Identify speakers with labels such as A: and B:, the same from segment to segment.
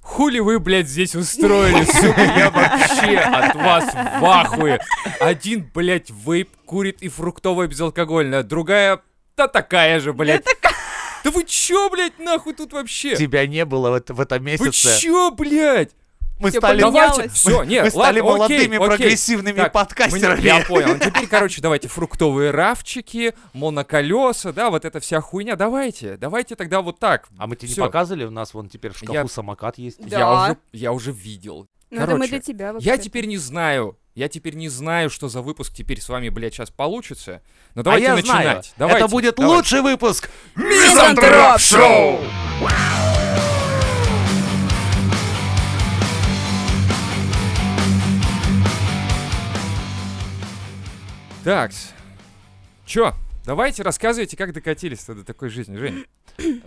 A: хули вы, блядь, здесь устроили, сука, я вообще от вас в ахуе. Один, блядь, вейп курит и фруктовая безалкогольная, другая, да такая же, блядь. Да вы чё, блядь, нахуй тут вообще?
B: Тебя не было в, это- в этом
A: Вы
B: месяце.
A: чё, блядь?
B: Мы
C: Я
B: стали,
C: поняла.
A: Давайте,
C: Поменялось.
A: все, нет,
B: мы стали
A: ладно, окей,
B: молодыми
A: окей.
B: прогрессивными
A: Так,
B: подкастерами.
A: мы- Я понял. Ну, Теперь, короче, давайте фруктовые рафчики, моноколеса, да, вот эта вся хуйня. Давайте, давайте тогда вот так.
B: А мы тебе
A: Всё. А
B: не показывали? У нас вон теперь в шкафу
A: Я-
B: самокат есть.
C: Да.
A: Я уже, я уже видел.
C: Ну это мы
A: Короче,
C: для тебя вообще.
A: Я теперь не знаю. Я теперь не знаю, что за выпуск теперь с вами, блядь, сейчас получится. Но давайте
B: а я
A: начинать.
B: знаю,
A: Давайте,
B: это будет
A: давайте.
B: лучший выпуск
C: Мизантроп
B: Шоу!
A: Так. Чё? Давайте рассказывайте, как докатились-то до такой жизни, Жень,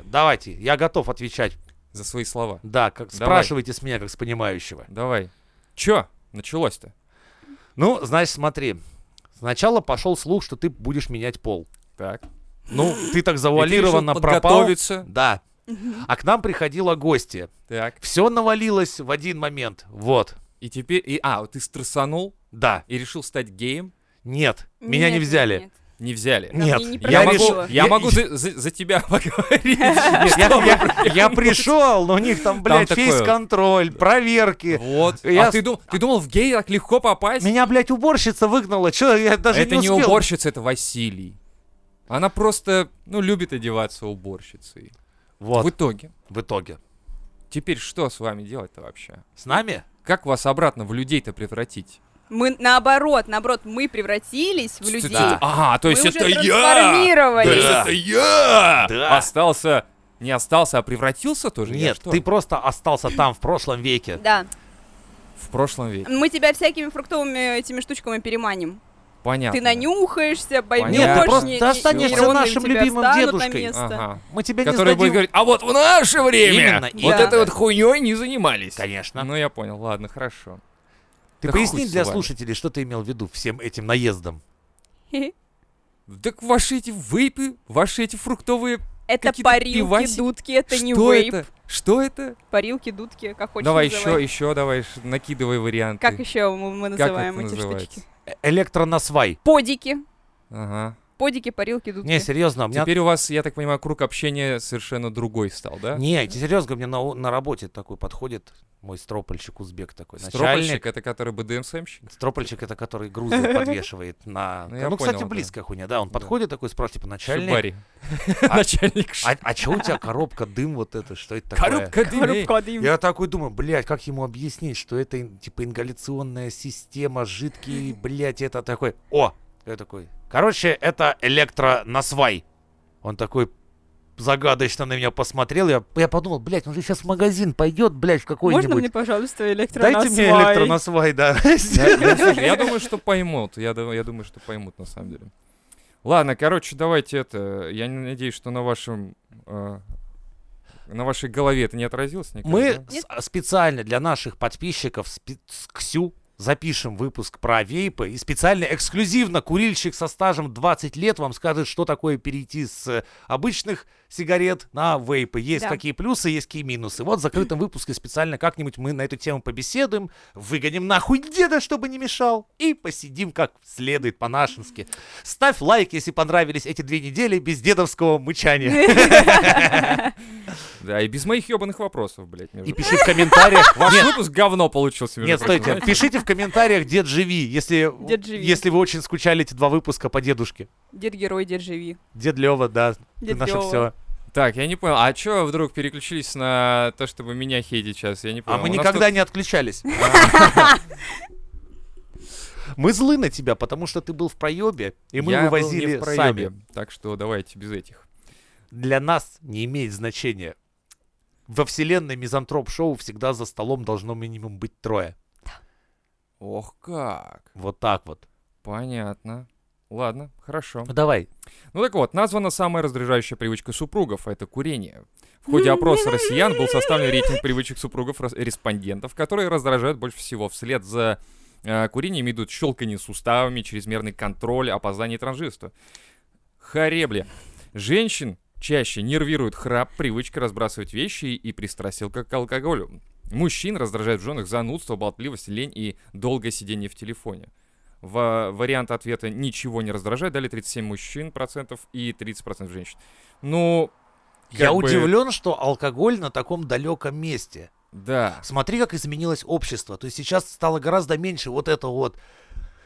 B: Давайте, я готов отвечать.
A: за свои слова.
B: Да, как,
A: Давай.
B: спрашивайте с меня, как с понимающего.
A: Давай. Чё началось-то?
B: Ну, значит, смотри. Сначала пошел слух, что ты будешь менять пол.
A: Так.
B: Ну,
A: И
B: ты так
A: ты решил
B: завуалированно пропал.
A: подготовиться.
B: Да. А к нам приходила гостья.
A: Так.
B: Все навалилось в один момент. Вот.
A: И теперь... И, а, ты стрессанул
B: Да.
A: и решил стать геем?
B: Нет. меня не
C: Нет,
B: взяли.
C: нет.
A: Не взяли.
C: Да,
B: Нет.
C: мне не
A: Я
B: я
C: прокатило.
A: могу,
B: решил.
A: я
B: я-
A: могу за, за- за тебя поговорить.
B: Нет, я- я- Я пришел, но у них там, блядь,
A: такое.
B: фейс-контроль, проверки.
A: Вот.
B: Я
A: А ты, дум- ты думал, в гей так легко попасть?
B: Меня, блядь, уборщица выгнала. Че, я даже
A: это
B: не
A: не,
B: успел.
A: уборщица, это Василий. Она просто, ну, любит одеваться уборщицей. В
B: Вот,
A: итоге.
B: в итоге.
A: Теперь что с вами делать-то вообще?
B: С нами?
A: Как вас обратно в людей-то превратить?
C: Мы наоборот, наоборот, мы превратились в людей.
A: Ц- ц- А, то
C: Мы
A: есть
C: уже
A: это я! То
C: трансформировались.
A: есть
B: Да.
A: это я!
B: Да.
A: Остался, не остался, а превратился тоже? Я
B: Нет,
A: что?
B: ты просто остался там в прошлом веке.
C: Да.
A: В прошлом веке.
C: Мы тебя всякими фруктовыми этими штуками переманим.
A: Понятно.
C: ты нанюхаешься, поймешь,
A: Нет, ты
B: просто
C: не-
B: ты
C: не-
B: останешься
C: нейроны
B: нашим
C: у тебя
B: любимым
C: встанут на
B: дедушкой.
C: место.
A: Ага.
B: Мы тебя
A: Который
B: не сдадим.
A: будет говорить, а вот в наше время
B: Именно,
A: вот
C: да.
A: этой вот хуйней не занимались.
B: Конечно.
A: Ну, я понял, ладно, хорошо.
B: Ты
A: Да
B: поясни
A: хуй с
B: для
A: вами.
B: слушателей, что ты имел в виду всем этим наездом.
A: Так ваши эти вейпы, ваши эти фруктовые...
C: Это
A: Какие-то
C: парилки,
A: пивасики.
C: дудки, это не
A: что
C: вейп.
A: это? Что это?
C: Парилки, дудки, как хочешь
A: давай еще,
C: называй.
A: еще, давай, ш- накидывай варианты.
C: Как еще мы, мы
A: Как
C: называем
A: это
C: эти
A: называется?
C: штучки?
B: Э- Электронасвай.
C: Подики.
A: Ага.
C: Подики, парилки, дудки.
B: Не, серьезно, у меня...
A: Теперь у вас, я так понимаю, круг общения совершенно другой стал, да?
B: Не, серьезно, мне на, на работе такой подходит мой стропольщик узбек такой.
A: Стропольщик,
B: Начальник.
A: это который БДМСМщик?
B: Стропольщик это который грузы подвешивает на...
A: Ну, я
B: Ну, кстати,
A: понял, да.
B: близкая хуйня, да. Он
A: Да.
B: подходит такой, спрашивает, типа, начальник,
A: Шибари. Начальник ш-
B: а, а чё у тебя коробка дым вот это, что
A: а,
B: это такое?
A: Коробка дымей.
C: Коробка дым.
B: Я такой думаю, блядь, как ему объяснить, что это ин- типа ингаляционная система, жидкий, блядь, это такой. О! Я такой. Короче, это электронасвай. Он такой загадочно на меня посмотрел. Я, я подумал, блядь, он же сейчас в магазин пойдет, блядь, в
C: Можно мне,
B: какой-нибудь.
C: пожалуйста, электронасвай?
B: Дайте мне электронасвай, да.
A: Да, ну, слушай, Я думаю, что поймут. Я дум- я думаю, что поймут, на самом деле. Ладно, короче, давайте это. Я не надеюсь, что на вашем... э, На вашей голове это не отразилось никак,
B: Мы
A: да?
B: с- а, специально для наших подписчиков спи- с Ксю запишем выпуск про вейпы и специально эксклюзивно курильщик со стажем 20 лет вам скажет, что такое перейти с э, обычных сигарет на вейпы. Есть
C: Да.
B: какие плюсы, есть какие минусы. Вот в закрытом выпуске специально как-нибудь мы на эту тему побеседуем, выгоним нахуй деда, чтобы не мешал, и посидим как следует по-нашенски. Ставь лайк, если понравились эти две недели без дедовского мычания.
A: Да, и без моих ебаных вопросов, блядь, между
B: И пиши в комментариях.
A: Ваш
B: Нет,
A: выпуск говно получился. между
B: Нет,
A: прочим,
B: стойте,
A: знаете?
B: пишите в комментариях, дед живи, если,
C: Дед живи.
B: если вы очень скучали эти два выпуска по дедушке.
C: Дед герой, дед живи.
B: Дед Лева, да, ты
C: Дед
B: наше
C: Лёва.
B: все.
A: Так, я не понял, а чё вдруг переключились на то, чтобы меня хейтить сейчас? Я не
B: А
A: понял.
B: мы
A: У нас
B: никогда
A: тут-
B: не отключались. Мы злы на тебя, потому что ты был в проебе, и мы
A: Я был не
B: вывозили
A: в проёбе,
B: сами.
A: Так что давайте без этих.
B: Для нас не имеет значения. Во вселенной мизантроп-шоу всегда за столом должно минимум быть трое.
A: Ох как.
B: Вот так вот.
A: Понятно. Ладно, хорошо.
B: Ну, Давай.
A: Ну так вот, названа самая раздражающая привычка супругов — это курение. В ходе опроса россиян был составлен рейтинг привычек супругов рас- респондентов, которые раздражают больше всего. Вслед за э, курением идут щелканье суставами, чрезмерный контроль, опоздание и транжирство. Харебли. Женщин чаще нервирует храп, привычка разбрасывать вещи и пристрастие к алкоголю. Мужчин раздражает в женах занудство, болтливость, лень и долгое сидение в телефоне. Ва- вариант ответа «ничего не раздражает» дали 37 мужчин процентов и 30 процентов женщин. Ну,
B: Я
A: Как бы-
B: удивлен, что алкоголь на таком далеком месте.
A: да.
B: Смотри, как изменилось общество. То есть сейчас стало гораздо меньше вот это вот.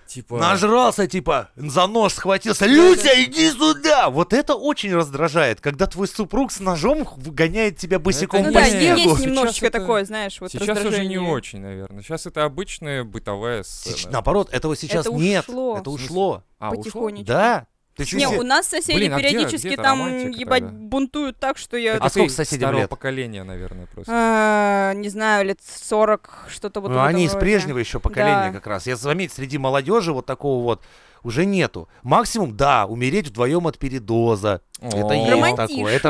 A: Типа...
B: Нажрался, типа, за нож схватился. Люся, иди сюда! Вот это очень раздражает, когда твой супруг с ножом гоняет тебя босиком
A: Ну
C: Ну
B: по
C: да,
A: нет,
B: снегу.
A: сейчас
C: есть немножечко
A: это-
C: такое, знаешь, вот
A: Сейчас уже не
C: раздражение.
A: очень, наверное. Сейчас это обычная бытовая сцена.
B: Сеч- Наоборот, этого сейчас
C: Это
B: нет.
C: ушло.
B: Это
A: В смысле?
B: ушло.
A: А, ушло?
C: потихонечку.
B: Да. То есть
C: Не,
B: если-
C: у нас соседи
A: Блин, а где-
C: периодически
A: где эта
C: там
A: романтика
C: ебать
A: тогда?
C: бунтуют так, что
B: А
C: я
A: А
B: сколько
A: сколько
B: соседям
A: соседям старого
B: лет?
A: поколения, наверное, просто.
C: а, не знаю, лет 40, что-то вот
B: Ну,
C: в этом
B: они из
C: роде.
B: прежнего еще поколения
C: Да.
B: как раз. Я заметил, среди молодежи вот такого вот уже нету. Максимум, да, умереть вдвоем от передоза. Это
A: О,
B: есть такое. Это
C: Романтично.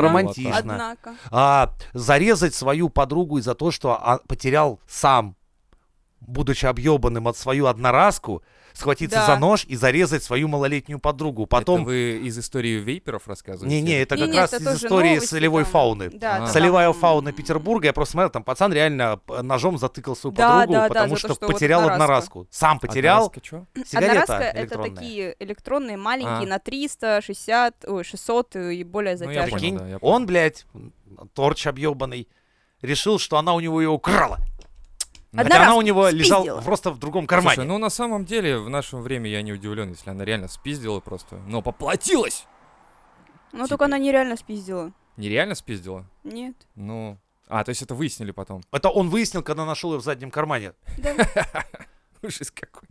B: романтично.
C: Однако.
B: А зарезать свою подругу из-за того, что а, потерял сам, будучи объебанным от свою одноразку, схватиться
C: Да.
B: за нож и зарезать свою малолетнюю подругу.
A: Это
B: Потом...
A: вы из истории вейперов рассказываете?
B: Не-не, это как
C: Не-не,
B: раз
C: это
B: из
C: тоже
B: истории
C: новости
B: солевой
C: там.
B: фауны.
A: А.
C: Да, да,
B: Солевая
C: да.
B: фауна Петербурга, я просто смотрел, там пацан реально э, ножом затыкал свою
C: Да,
B: подругу,
C: да, да,
B: потому
C: за то,
B: что,
C: что вот
B: потерял
C: одноразку.
B: одноразку. Сам потерял,
A: Одноразка А, чё?
B: сигарета
C: Одноразка это
B: а, электронная.
C: такие электронные,
A: А.
C: маленькие, на 300, 60, ой, 600 и более
A: Ну, я
C: затяжные.
A: понял.
B: Прикинь,
A: да, я понял.
B: он, блядь, торч объебанный, решил, что она у него ее украла. Хотя она
C: Одноразку
B: у него
C: спиздила.
B: лежала просто в другом кармане.
A: Слушай, ну на самом деле в нашем время я не удивлен, если она реально спиздила просто. Но поплатилась!
C: Но
A: типа
C: только она нереально спиздила.
A: Нереально спиздила?
C: Нет.
A: Ну... А, то есть это выяснили потом.
B: Это он выяснил, когда нашел ее в заднем кармане.
C: Да.
A: Ужас какой.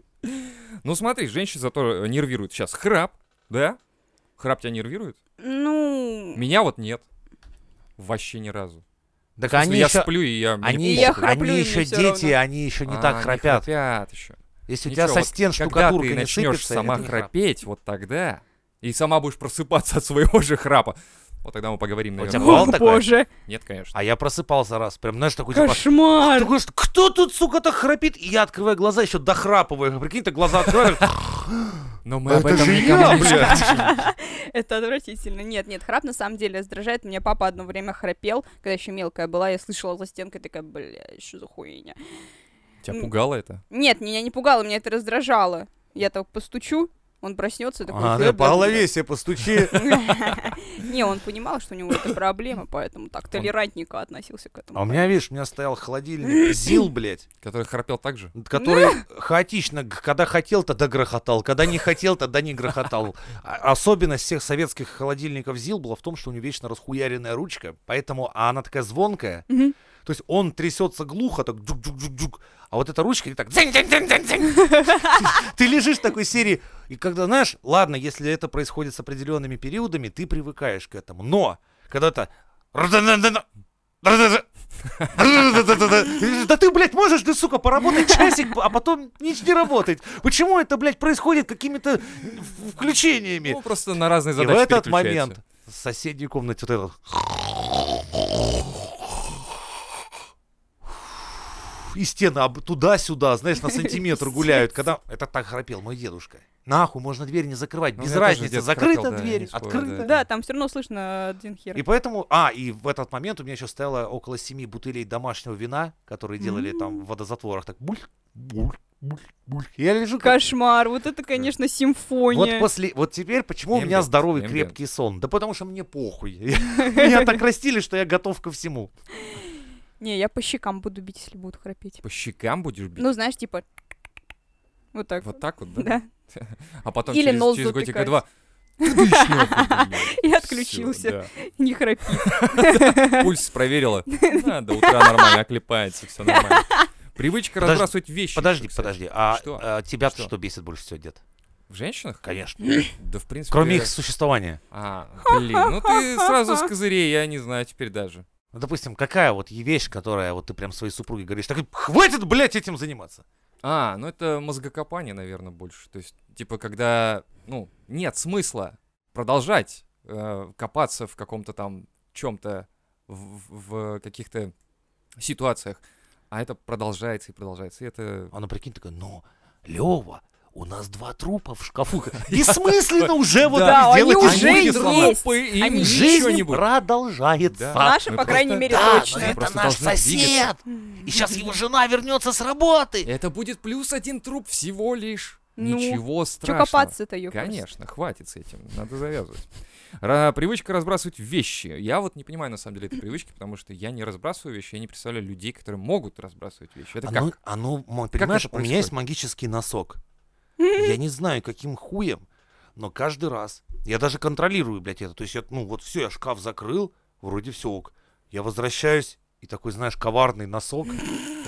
A: Ну смотри, женщин зато э, нервирует сейчас храп, да? Храп тебя нервирует?
C: Ну,
A: Меня вот нет. Вообще ни разу. В
B: Так
A: смысле,
B: они
A: я
B: еще...
A: сплю, и я... мне
B: Они,
A: похуй.
C: Я
B: еще-
C: храплю,
B: они
C: и мне
B: еще
C: всё
B: дети,
C: равно.
B: они еще не
A: А,
B: так храпят.
A: еще.
B: Если у
A: Ничего,
B: тебя со
A: вот
B: стен
A: когда
B: штукатурка
A: ты
B: не
A: начнешь
B: сыпется,
A: сама
B: это не храп.
A: храпеть, вот тогда, и сама будешь просыпаться от своего же храпа, вот тогда мы поговорим,
B: А у
A: наверное.
B: тебя
C: о
B: бывало такое?
C: боже,
A: Нет, конечно.
B: А я просыпался раз, прям, знаешь, такой типа...
C: кошмар.
B: Такой, что, кто тут, сука-то, храпит? И я открываю глаза, еще дохрапываю. Прикинь, ты глаза открываешь.
A: Но мы
B: А Это
A: об этом
B: же я,
A: никому не
B: блядь.
A: скажем.
C: Это отвратительно. Нет, нет, храп на самом деле раздражает. Меня папа одно время храпел, когда еще мелкая была, я слышала за стенкой, такая, бля, что за хуйня.
A: Тебя пугало это?
C: Нет, меня не пугало, меня это раздражало. Я так постучу, он проснется, такой...
B: А,
C: «Э,
B: да, по
C: да,
B: голове себе постучи.
C: да». Не, он понимал, что у него это проблема, поэтому так толерантненько относился к этому.
B: А у меня, видишь, у меня стоял холодильник ЗИЛ, блядь,
A: Который храпел так же?
B: который хаотично, г- когда хотел, тогда грохотал, когда не хотел, тогда не грохотал. А- Особенность всех советских холодильников ЗИЛ была в том, что у него вечно расхуяренная ручка, поэтому, а она такая звонкая,
C: Мгм.
B: то есть он трясется глухо, так джук-джук-джук-джук, а вот эта ручка, и так дзынь-дзынь-дзынь-дзынь. Ты лежишь в такой серии, и когда, знаешь, ладно, если это происходит с определенными периодами, ты привыкаешь к этому, но когда-то да ты, блядь, можешь, да, сука, поработать часик, а потом ничего не работает. Почему это, блядь, происходит какими-то включениями?
A: Ну, просто на разные
B: И в
A: задачи
B: этот
A: переключается.
B: момент в соседней комнате вот этот... И стены об- туда-сюда, знаешь, на сантиметр гуляют. Когда это так храпел мой дедушка. Нахуй, можно двери не закрывать.
A: Ну,
B: Без
A: у меня тоже
B: разницы,
A: дед
B: закрыта
A: храпел, да,
B: дверь,
A: не спорю,
B: открыта.
C: Да, там все равно слышно э, один хер.
B: И поэтому, а, и в этот момент у меня еще стояло около семи бутылей домашнего вина, которые делали там в водозатворах. Так буль, буль, буль, буль. Я лежу как...
C: Кошмар, вот это, конечно,
B: Вот
C: симфония.
B: после, вот теперь, почему у меня
A: Эмбиент,
B: здоровый
A: эмбиент.
B: крепкий сон? Да потому что мне похуй. Меня так растили, что я готов ко всему.
C: Не, я по щекам буду бить, если будут храпеть.
A: По щекам будешь бить?
C: Ну, знаешь, типа... Вот так.
A: Вот так вот, да?
C: Да.
A: А потом
C: Или
A: через
C: нос
A: через годика
C: затыкать.
A: два... «Ты дышь, нахуй, блядь».
C: И
A: Всё,
C: отключился.
A: да.
C: Не храпи.
A: Пульс проверила. Да, до утра нормально, оклепается, все нормально. Привычка
B: Подожди,
A: разбрасывать вещи.
B: Подожди,
A: ещё, кстати.
B: подожди. А
A: Что?
B: а тебя
A: Что?
B: что бесит больше всего, дед?
A: В женщинах?
B: Конечно.
A: Да, в принципе...
B: Кроме их существования.
A: А, блин, ну ты сразу с козырей, я не знаю теперь даже.
B: Ну, допустим, какая вот е- вещь, которая вот ты прям своей супруге говоришь, так хватит, блядь, этим заниматься.
A: А, ну это мозгокопание, наверное, больше. То есть, типа, когда, ну, нет смысла продолжать э, копаться в каком-то там чем-то, в, в- в каких-то ситуациях. А это продолжается и продолжается. И это...
B: Она прикинь такая, ну, Лева, у нас два трупа в шкафу. Бессмысленно уже вот
A: Да,
B: так
C: они
B: сделать
C: уже
B: звуки
C: и
B: слова.
C: есть.
A: Трупы, им
C: Они
A: ничего не
B: Жизнь
A: будет.
B: продолжается.
A: Да.
C: Наши,
A: мы
C: по крайней
A: просто-
C: мере,
B: Да,
C: точно.
B: но
A: Мы
B: это
A: просто
B: наш
A: должны
B: сосед. И сейчас его жена вернется с работы.
A: Это будет плюс один труп всего лишь.
C: Ну,
A: Ничего
C: Чё
A: страшного.
C: копаться-то, ёпта?
A: Конечно, хватит с этим, надо завязывать. Ра- привычка разбрасывать вещи. Я вот не понимаю на самом деле этой привычки, потому что я не разбрасываю вещи, я не представляю людей, которые могут разбрасывать вещи. Это
B: А
A: как?
B: ну- а ну, м, понимаешь,
A: это
B: у меня есть
A: происходит?
B: магический носок. Я не знаю, каким хуем, но каждый раз я даже контролирую, блядь, это. То есть, я, ну вот все, я шкаф закрыл, вроде все ок. Я возвращаюсь, и такой, знаешь, коварный носок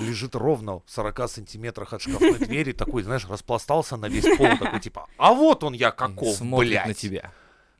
B: лежит ровно в 40 сантиметрах от шкафной двери, такой, знаешь, распластался на весь пол, такой типа, а вот он я каков,
A: Смотрит
B: блядь.
A: на тебя.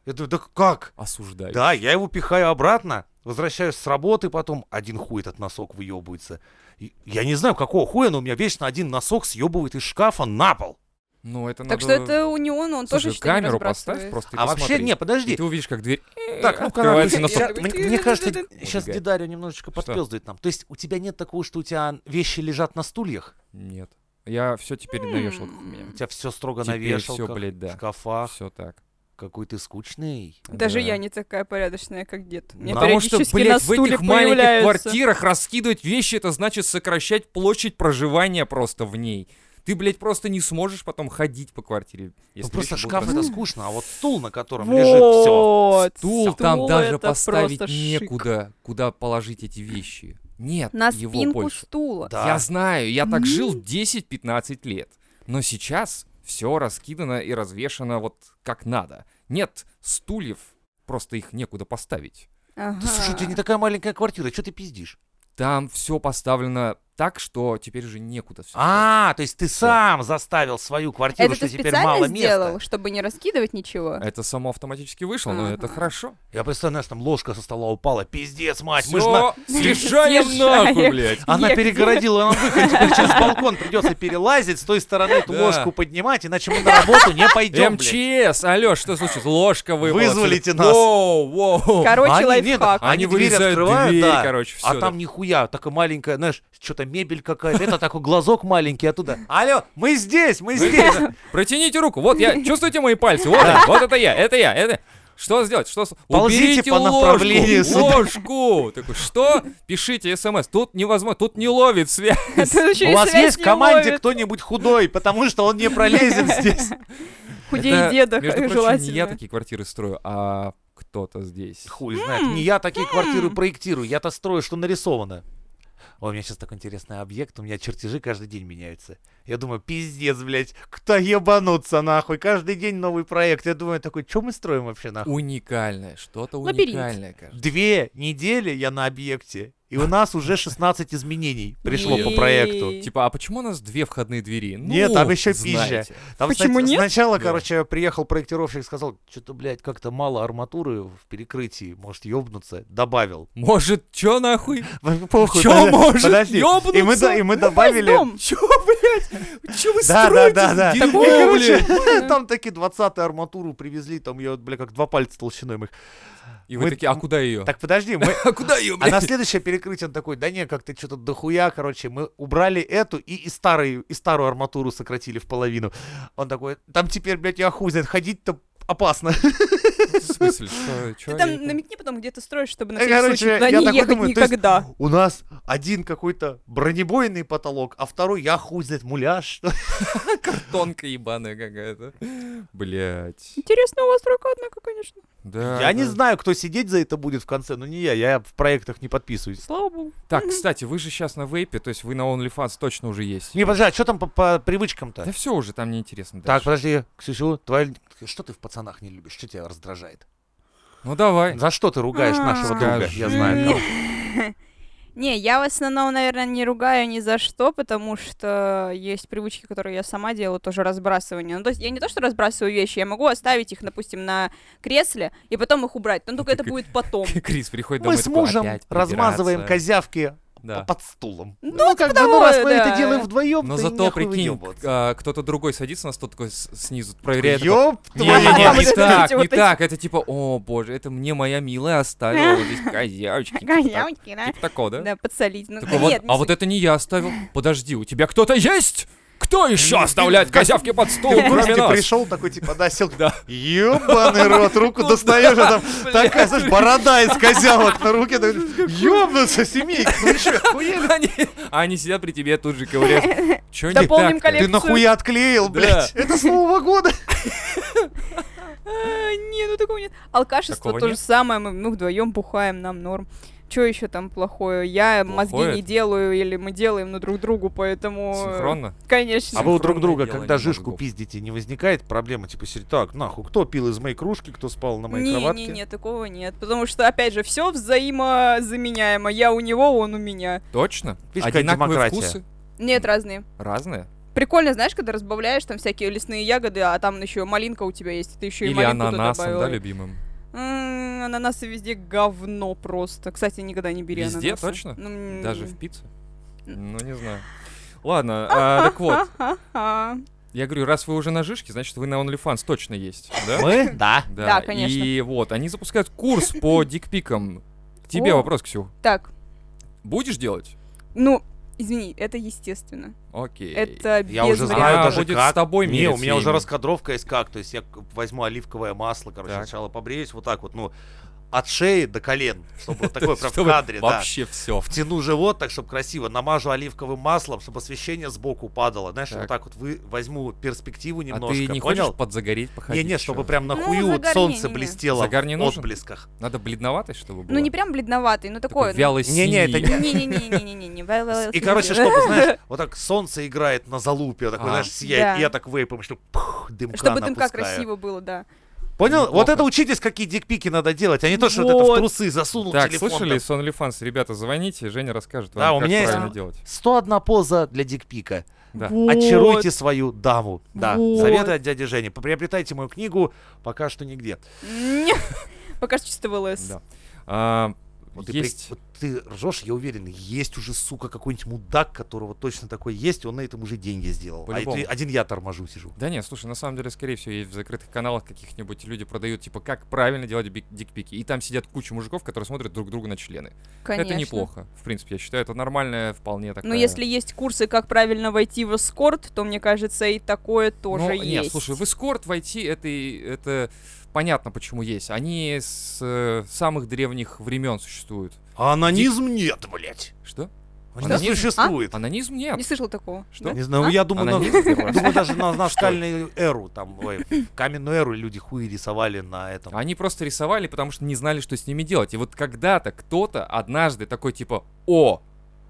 B: Я думаю, да как?
A: Осуждаю.
B: Да, я его пихаю обратно, возвращаюсь с работы, потом один хуй этот носок выебывается. И Я не знаю, какого хуя, но у меня вечно один носок съебывает из шкафа на пол.
A: Ну, это надо...
C: Так что это у него, ну, он
A: Слушай,
C: тоже считай, не
A: камеру поставь
C: разбрасывает.
A: просто и
B: а вообще,
A: посмотри.
B: не,
A: И
B: подожди.
A: ты увидишь, как дверь
B: Так, ну
A: открывается на
C: я-
A: фо-
C: я-
B: мне, мне кажется, сейчас
A: Убегает.
B: Дидарио немножечко
A: Что?
B: подпездывает нам. То есть у тебя нет такого, что у тебя вещи лежат на стульях?
A: Нет. Я все теперь на вешалках у меня.
B: У тебя все строго на
A: Теперь всё,
B: вешалках,
A: блядь, да.
B: в шкафах.
A: Все так.
B: Какой ты скучный. Ну,
C: Даже
A: Да.
C: я не такая порядочная, как дед. У меня
A: Потому что,
C: периодически на
A: блядь, в
C: стуле
A: этих маленьких
C: появляются.
A: квартирах раскидывать вещи, это значит сокращать площадь проживания просто в ней. Ты, блядь, просто не сможешь потом ходить по квартире.
B: Ну
A: если
B: просто
A: вещи будут
B: шкаф это
A: раскиданы.
B: скучно, а вот стул, на котором лежит все.
C: Вот.
A: Стул там даже
C: это
A: поставить
C: просто шик.
A: некуда, куда положить эти вещи. Нет
C: На
A: его
C: спинку
A: больше.
C: стула.
B: Да.
A: Я знаю, я так жил 10-15 лет. Но сейчас все раскидано и развешено вот как надо. Нет стульев, просто их некуда поставить.
C: Ага.
B: Да слушай, у тебя не такая маленькая квартира, что ты пиздишь?
A: Там все поставлено так, что теперь же некуда все.
B: А, то есть ты сам заставил свою квартиру,
C: Это
B: что
C: ты
B: теперь мало
C: специально сделал,
B: места.
C: чтобы не раскидывать ничего?
A: Это само автоматически вышло, но это
C: Ага.
A: хорошо.
B: Я представляю, знаешь, там ложка со стола упала. Пиздец, мать,
A: Всё,
B: мы ж на-
A: съезжаем
C: Съезжаем.
A: нахуй, блядь.
B: Она
C: Ехать.
B: перегородила нам выход, теперь через балкон придется перелазить, с той стороны эту
A: Да.
B: ложку поднимать, иначе мы на работу не пойдем, блядь.
A: МЧС, алло, что случилось? Ложка выпала.
B: Вызволите
A: Всё-
B: нас.
A: Воу, воу.
C: Короче,
B: Они- нет,
C: лайфхак.
A: Они
B: дверь
A: вырезают
B: открывают,
A: дверь,
B: да,
A: короче, все.
B: А там нихуя, такая маленькая, знаешь, что-то мебель какая-то, это такой глазок маленький оттуда. Алло, мы здесь, мы здесь.
A: Протяните руку. Вот я. Чувствуете мои пальцы? Вот, они, вот это я, это я, это. Что сделать? Что? с-
B: Ползите
A: Уберите
B: по
A: ложку,
B: направлению сюда.
A: Ложку. Такой, что? Пишите смс. Тут невозможно, тут не ловит связь.
C: Это еще
B: У
C: и
B: вас
C: связь
B: есть в
C: не
B: команде
C: ловит.
B: кто-нибудь худой, потому что он не пролезет здесь.
C: Худей
A: Это,
C: деда
A: Между
C: х-
A: прочим, не я
C: желательно.
A: такие квартиры строю, а кто-то здесь.
B: Хуй знает. Не я такие квартиры проектирую, я-то строю, что нарисовано. Ой, у меня сейчас такой интересный объект, у меня чертежи каждый день меняются. Я думаю, пиздец, блядь, кто ебануться нахуй, каждый день новый проект. Я думаю, такой, что мы строим вообще нахуй?
A: Уникальное, что-то
C: Лабиринт.
A: уникальное, кажется.
B: Две недели я на объекте, и у нас уже 16 изменений пришло по проекту.
C: Е-е-е.
A: Типа, а почему у нас две входные двери? Ну,
B: Нет, там ещё пизже.
A: знаете.
B: Там
C: Почему нет?
B: Сначала,
A: Да.
B: короче, приехал проектировщик, сказал, что-то, блядь, как-то мало арматуры в перекрытии, может ёбнуться. Добавил.
A: Может, чё нахуй?
B: Похуй,
A: Чё
B: подожди,
A: может
B: подожди. И мы,
A: ёбнуться?
B: до- и мы
C: Весь
B: добавили...
C: дом.
A: Чё, блядь? Чё вы
B: Да, да,
A: строите?
B: да, да.
A: дерьмо,
B: И, Ну, короче,
A: блядь?
B: Там такие 20 арматуру привезли, там ее, бля, как два пальца толщиной мы их.
A: И вы
B: Мы-
A: такие, а куда ее?
B: Так, подожди, мы...
A: А куда ее,
B: А
A: блядь?
B: на следующее перекрытие он такой, да не, как-то что-то дохуя, короче, мы убрали эту и, и старую, и старую арматуру сократили в половину. Он такой, там теперь, блядь, я хуй знает, ходить-то опасно.
A: В смысле, что? чё
C: Ты
A: я
C: там
A: не
C: намекни потом, где ты строишь, чтобы на
B: Э,
C: всякий
B: короче,
C: случай туда
B: я
C: не
B: такой
C: ехать
B: думаю, то есть-
C: никогда.
B: У нас один какой-то бронебойный потолок, а второй, я хуй знает, муляж. что ли.
A: понимаю? Тонкая ебаная какая-то. Блядь.
C: Интересно, у вас рука, однако, конечно.
A: Да,
B: Я не
A: да.
B: знаю, кто сидеть за это будет в конце, но не я, я в проектах не подписываюсь.
C: Слава богу.
A: Так, кстати, вы же сейчас на вейпе, то есть вы на OnlyFans точно уже есть.
B: Не, подожди, а что там по, по привычкам-то?
A: Да все уже, там неинтересно
B: Так,
A: дальше.
B: подожди, Ксюсю, твоя... Что ты в пацанах не любишь? Что тебя раздражает?
A: Ну давай.
B: За что ты
A: А,
B: ругаешь нашего друга? Я
A: Ну,
B: знаю. кого.
C: Не, я в основном, наверное, не ругаю ни за что, потому что есть привычки, которые я сама делаю, тоже разбрасывание. Ну, то есть я не то, что разбрасываю вещи, я могу оставить их, допустим, на кресле и потом их убрать. Но только это
A: Как-
C: будет потом.
A: Крис приходит домой.
B: Мы с
A: такой,
B: мужем
A: «Опять
B: размазываем
A: прибираться».
B: козявки
A: Да.
B: под стулом.
C: Ну,
B: как бы,
C: типа
B: ну,
C: того,
B: раз мы это
C: да.
B: делаем вдвоем,
A: Но
B: то и
A: зато,
B: нехуй
A: прикинь,
B: выебываться.
A: а, кто-то другой садится на стол такой с- снизу, проверяет. такой,
B: Ёб
A: Не,
B: твою
A: не, не,
C: Там
A: не
B: мать.
C: вот эти
A: так,
C: вот
A: не
C: эти-
A: так. Это типа, о боже, это мне моя милая оставила вот здесь козявочки. типа так-
C: Гаямки, да?
A: Типа такого, да?
C: Да, подсолить. Ну,
A: Такой,
C: нет,
A: вот, а вот это не я оставил. Подожди, у тебя кто-то есть? Кто еще оставляет козявки под стул,
B: Ты в
A: кроме
B: гости
A: нас?
B: пришел такой, типа, да, сел,
A: Да.
B: ебаный рот, руку достаешь, а там
A: Блядь.
B: такая, знаешь, борода из козявок на руке, так, ебнуться, семейка, ну вы чё, охуели?
A: Они, а они сидят при тебе тут же говорят, что не
C: Дополним
A: так
B: Ты
C: коллекцию.
B: нахуя отклеил,
A: Да.
B: блядь, это с Нового года.
C: А, Не, ну такого нет. Алкашество
A: Такого
C: то
A: нет?
C: же самое, мы, вдвоем бухаем, нам норм. Че еще там плохое? Я
A: Плохое?
C: мозги не делаю, или мы делаем, но друг другу, поэтому... э,
A: Синхронно?
C: Конечно.
B: А вы у друг
A: Синхронное
B: друга,
A: делание
B: когда жишку
A: мозгов.
B: пиздите, не возникает проблемы, типа, сидеть, так, нахуй, кто пил из моей кружки, кто спал
A: А
B: на моей
C: не,
B: кроватке?
C: не, не, такого нет. Потому что, опять же, все взаимозаменяемо. Я у него, он у меня.
A: Точно?
B: Видишь, какая
A: Одинаковые
B: демократия.
A: вкусы?
C: Нет, разные.
A: Разные?
C: Прикольно, знаешь, когда разбавляешь там всякие лесные ягоды, а там еще малинка у тебя есть, и ты еще и
A: Или
C: малинку туда
A: ананасом, да,
C: добавила.
A: любимым?
C: М, Ананасы везде говно просто. Кстати, никогда не бери
A: Везде,
C: ананасы.
A: точно?
C: Ну, м,
A: Даже в пиццу? Ну, не знаю. Ладно, а, так вот,
C: Ха-ха-ха.
A: я говорю, раз вы уже на жишке, значит, вы на OnlyFans точно есть, да?
B: Мы? Да.
C: Да, конечно.
A: И вот, они запускают курс по дикпикам. Тебе
C: О.
A: вопрос, Ксю.
C: Так,
A: Будешь делать?
C: ну, извини, это естественно.
A: Окей.
C: Это без
B: Я уже знаю
C: вариантов.
A: Она
B: даже
A: будет
B: как.
A: с тобой
B: Не, у
A: мериться
B: меня уже
A: ими.
B: раскадровка есть как, то есть я к- возьму оливковое масло, короче,
A: Так.
B: сначала побреюсь вот так вот, ну, от шеи до колен, чтобы вот такое прям в
A: Чтобы
B: кадре, да.
A: Вообще А все.
B: Втяну живот так, чтобы красиво, намажу оливковым маслом, чтобы освещение сбоку падало, знаешь,
A: Так.
B: вот так вот вы, возьму перспективу
A: А
B: немножко,
A: ты не
B: понял?
A: хочешь подзагореть,
B: Не,
A: походить?
B: не, чтобы прям на
C: Ну,
B: хую вот
C: загар
B: солнце
C: не-не-не.
B: блестело
A: Загар не
B: в
A: нужен?
B: отблесках.
A: Надо бледноватый, чтобы было?
C: Ну, не прям бледноватый, ну
A: Такой
C: такое. ну,
A: вялый
B: Не-не, это
A: синий.
C: Не-не-не-не-не-не. вялый-
B: И, короче, чтобы, знаешь, вот так солнце играет на залупе, вот такой,
A: А.
B: знаешь, сияет,
C: Да.
B: и я так вейпом, что пух, дымка
C: Чтобы дымка
B: напускаю.
C: красиво было, да.
B: Понял? Вот
A: Неплохо.
B: это учитесь, какие дикпики надо делать, а не то, что вот это в
C: Вот.
B: трусы засунул
A: Так,
B: телефон.
A: слышали,
B: там.
A: с OnlyFans, ребята, звоните, Женя расскажет вам,
B: Да, у
A: как
B: меня есть-
A: правильно
C: Да.
A: делать.
B: 101 поза для дикпика.
A: Да. А
B: Очаруйте свою даму. Да.
C: Вот.
B: Советы от дяди Жени. Приобретайте мою книгу, пока что нигде.
C: Не. Пока что чисто ВЛС.
A: Да. А,
B: Вот
A: Есть.
B: Ты, при- вот ты ржешь, я уверен, есть уже, сука, какой-нибудь мудак, которого точно такой есть, и он на этом уже деньги сделал. А
A: По-любому.
B: это один я торможу, сижу.
A: Да нет, слушай, на самом деле, скорее всего, есть в закрытых каналах каких-нибудь люди продают, типа, как правильно делать бик- дикпики. И там сидят куча мужиков, которые смотрят друг другу на члены.
C: Конечно.
A: Это неплохо. В принципе, я считаю, это нормальная, вполне такая...
C: Но если есть курсы, как правильно войти в эскорт, то, мне кажется, и такое тоже
A: Ну,
C: есть.
A: Нет, слушай, в эскорт войти, это, и- это понятно, почему есть. Они с э, самых древних времен существуют.
B: А анонизм нет, блядь.
A: Что?
B: Он не
A: Анонизм?
B: существует.
A: Анонизм
C: Не
A: нет.
C: слышал такого.
A: Что?
B: Не знаю, ну, я думаю, на-
A: Анонизм первый раз.
B: думаю, даже на, на скальную эру, там, ой, в каменную эру люди хуи рисовали на этом.
A: Они просто рисовали, потому что не знали, что с ними делать. И вот когда-то кто-то однажды такой типа, о,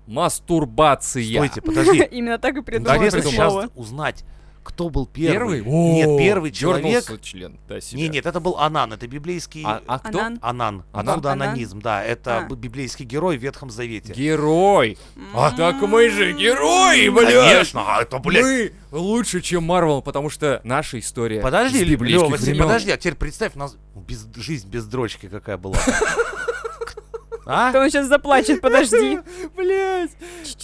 A: мастурбация.
B: Стойте, подожди.
C: Именно так и придумал
B: Интересно
C: это
B: сейчас
C: слово.
B: узнать, кто был
A: Первый?
B: первый. Нет,
A: О,
B: первый
A: дёрнулся
B: человек.
A: член до себя.
B: Не, нет, это был Анан, это библейский
A: А, а кто?
C: Анан.
B: Анан.
A: Анан?
B: Отсюда
C: Анан?
B: анонизм, да, это
C: А.
B: б- библейский герой в Ветхом Завете.
A: Герой.
C: М-м.
B: А?
A: Так мы же герои, блядь.
B: Конечно, а это, блядь.
A: Мы лучше, чем Марвел, потому что наша история
B: Подожди,
A: с библейских
B: Лёва,
A: времён.
B: подожди, а теперь представь, у нас без, жизнь без дрочки какая была. А?
C: То он сейчас заплачет, подожди.
A: Блядь,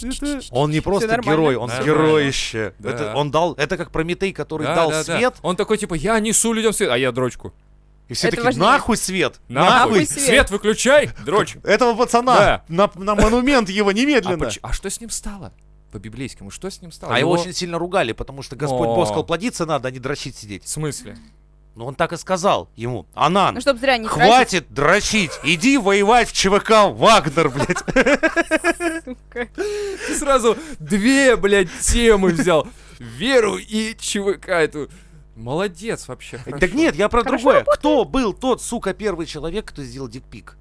A: это-
B: Он не просто
C: нормально.
B: герой, он
A: Нормально.
B: героище.
A: Да.
B: Это он дал, это как Прометей, который
A: Да,
B: дал
A: да, да.
B: свет,
A: Он такой, типа, я несу людям свет, а я дрочку.
B: и все
C: Это
B: такие,
C: важнее.
B: нахуй свет,
A: Нахуй,
C: Нахуй
A: свет.
C: свет.
A: выключай, дрочь.
B: этого пацана на, на монумент его
A: А,
B: немедленно.
A: поч- а что с ним стало? По библейскому, что с ним стало?
B: А его очень сильно ругали, потому что Господь
A: О.
B: Бог сказал, плодиться надо, а не дрочить
A: В
B: сидеть.
A: смысле?
B: Но он так и сказал ему,
C: Ну,
B: Анан,
C: чтоб зря не тратить,
B: хватит дрочить, иди воевать в ЧВК Вагнер, блядь.
C: сука.
A: Ты сразу две, блядь, темы взял. Веру и ЧВК эту. Молодец вообще.
B: Так
A: хорошо.
B: нет, я про
C: Хорошо
B: другое. Кто был тот, сука, первый человек, кто сделал дикпик?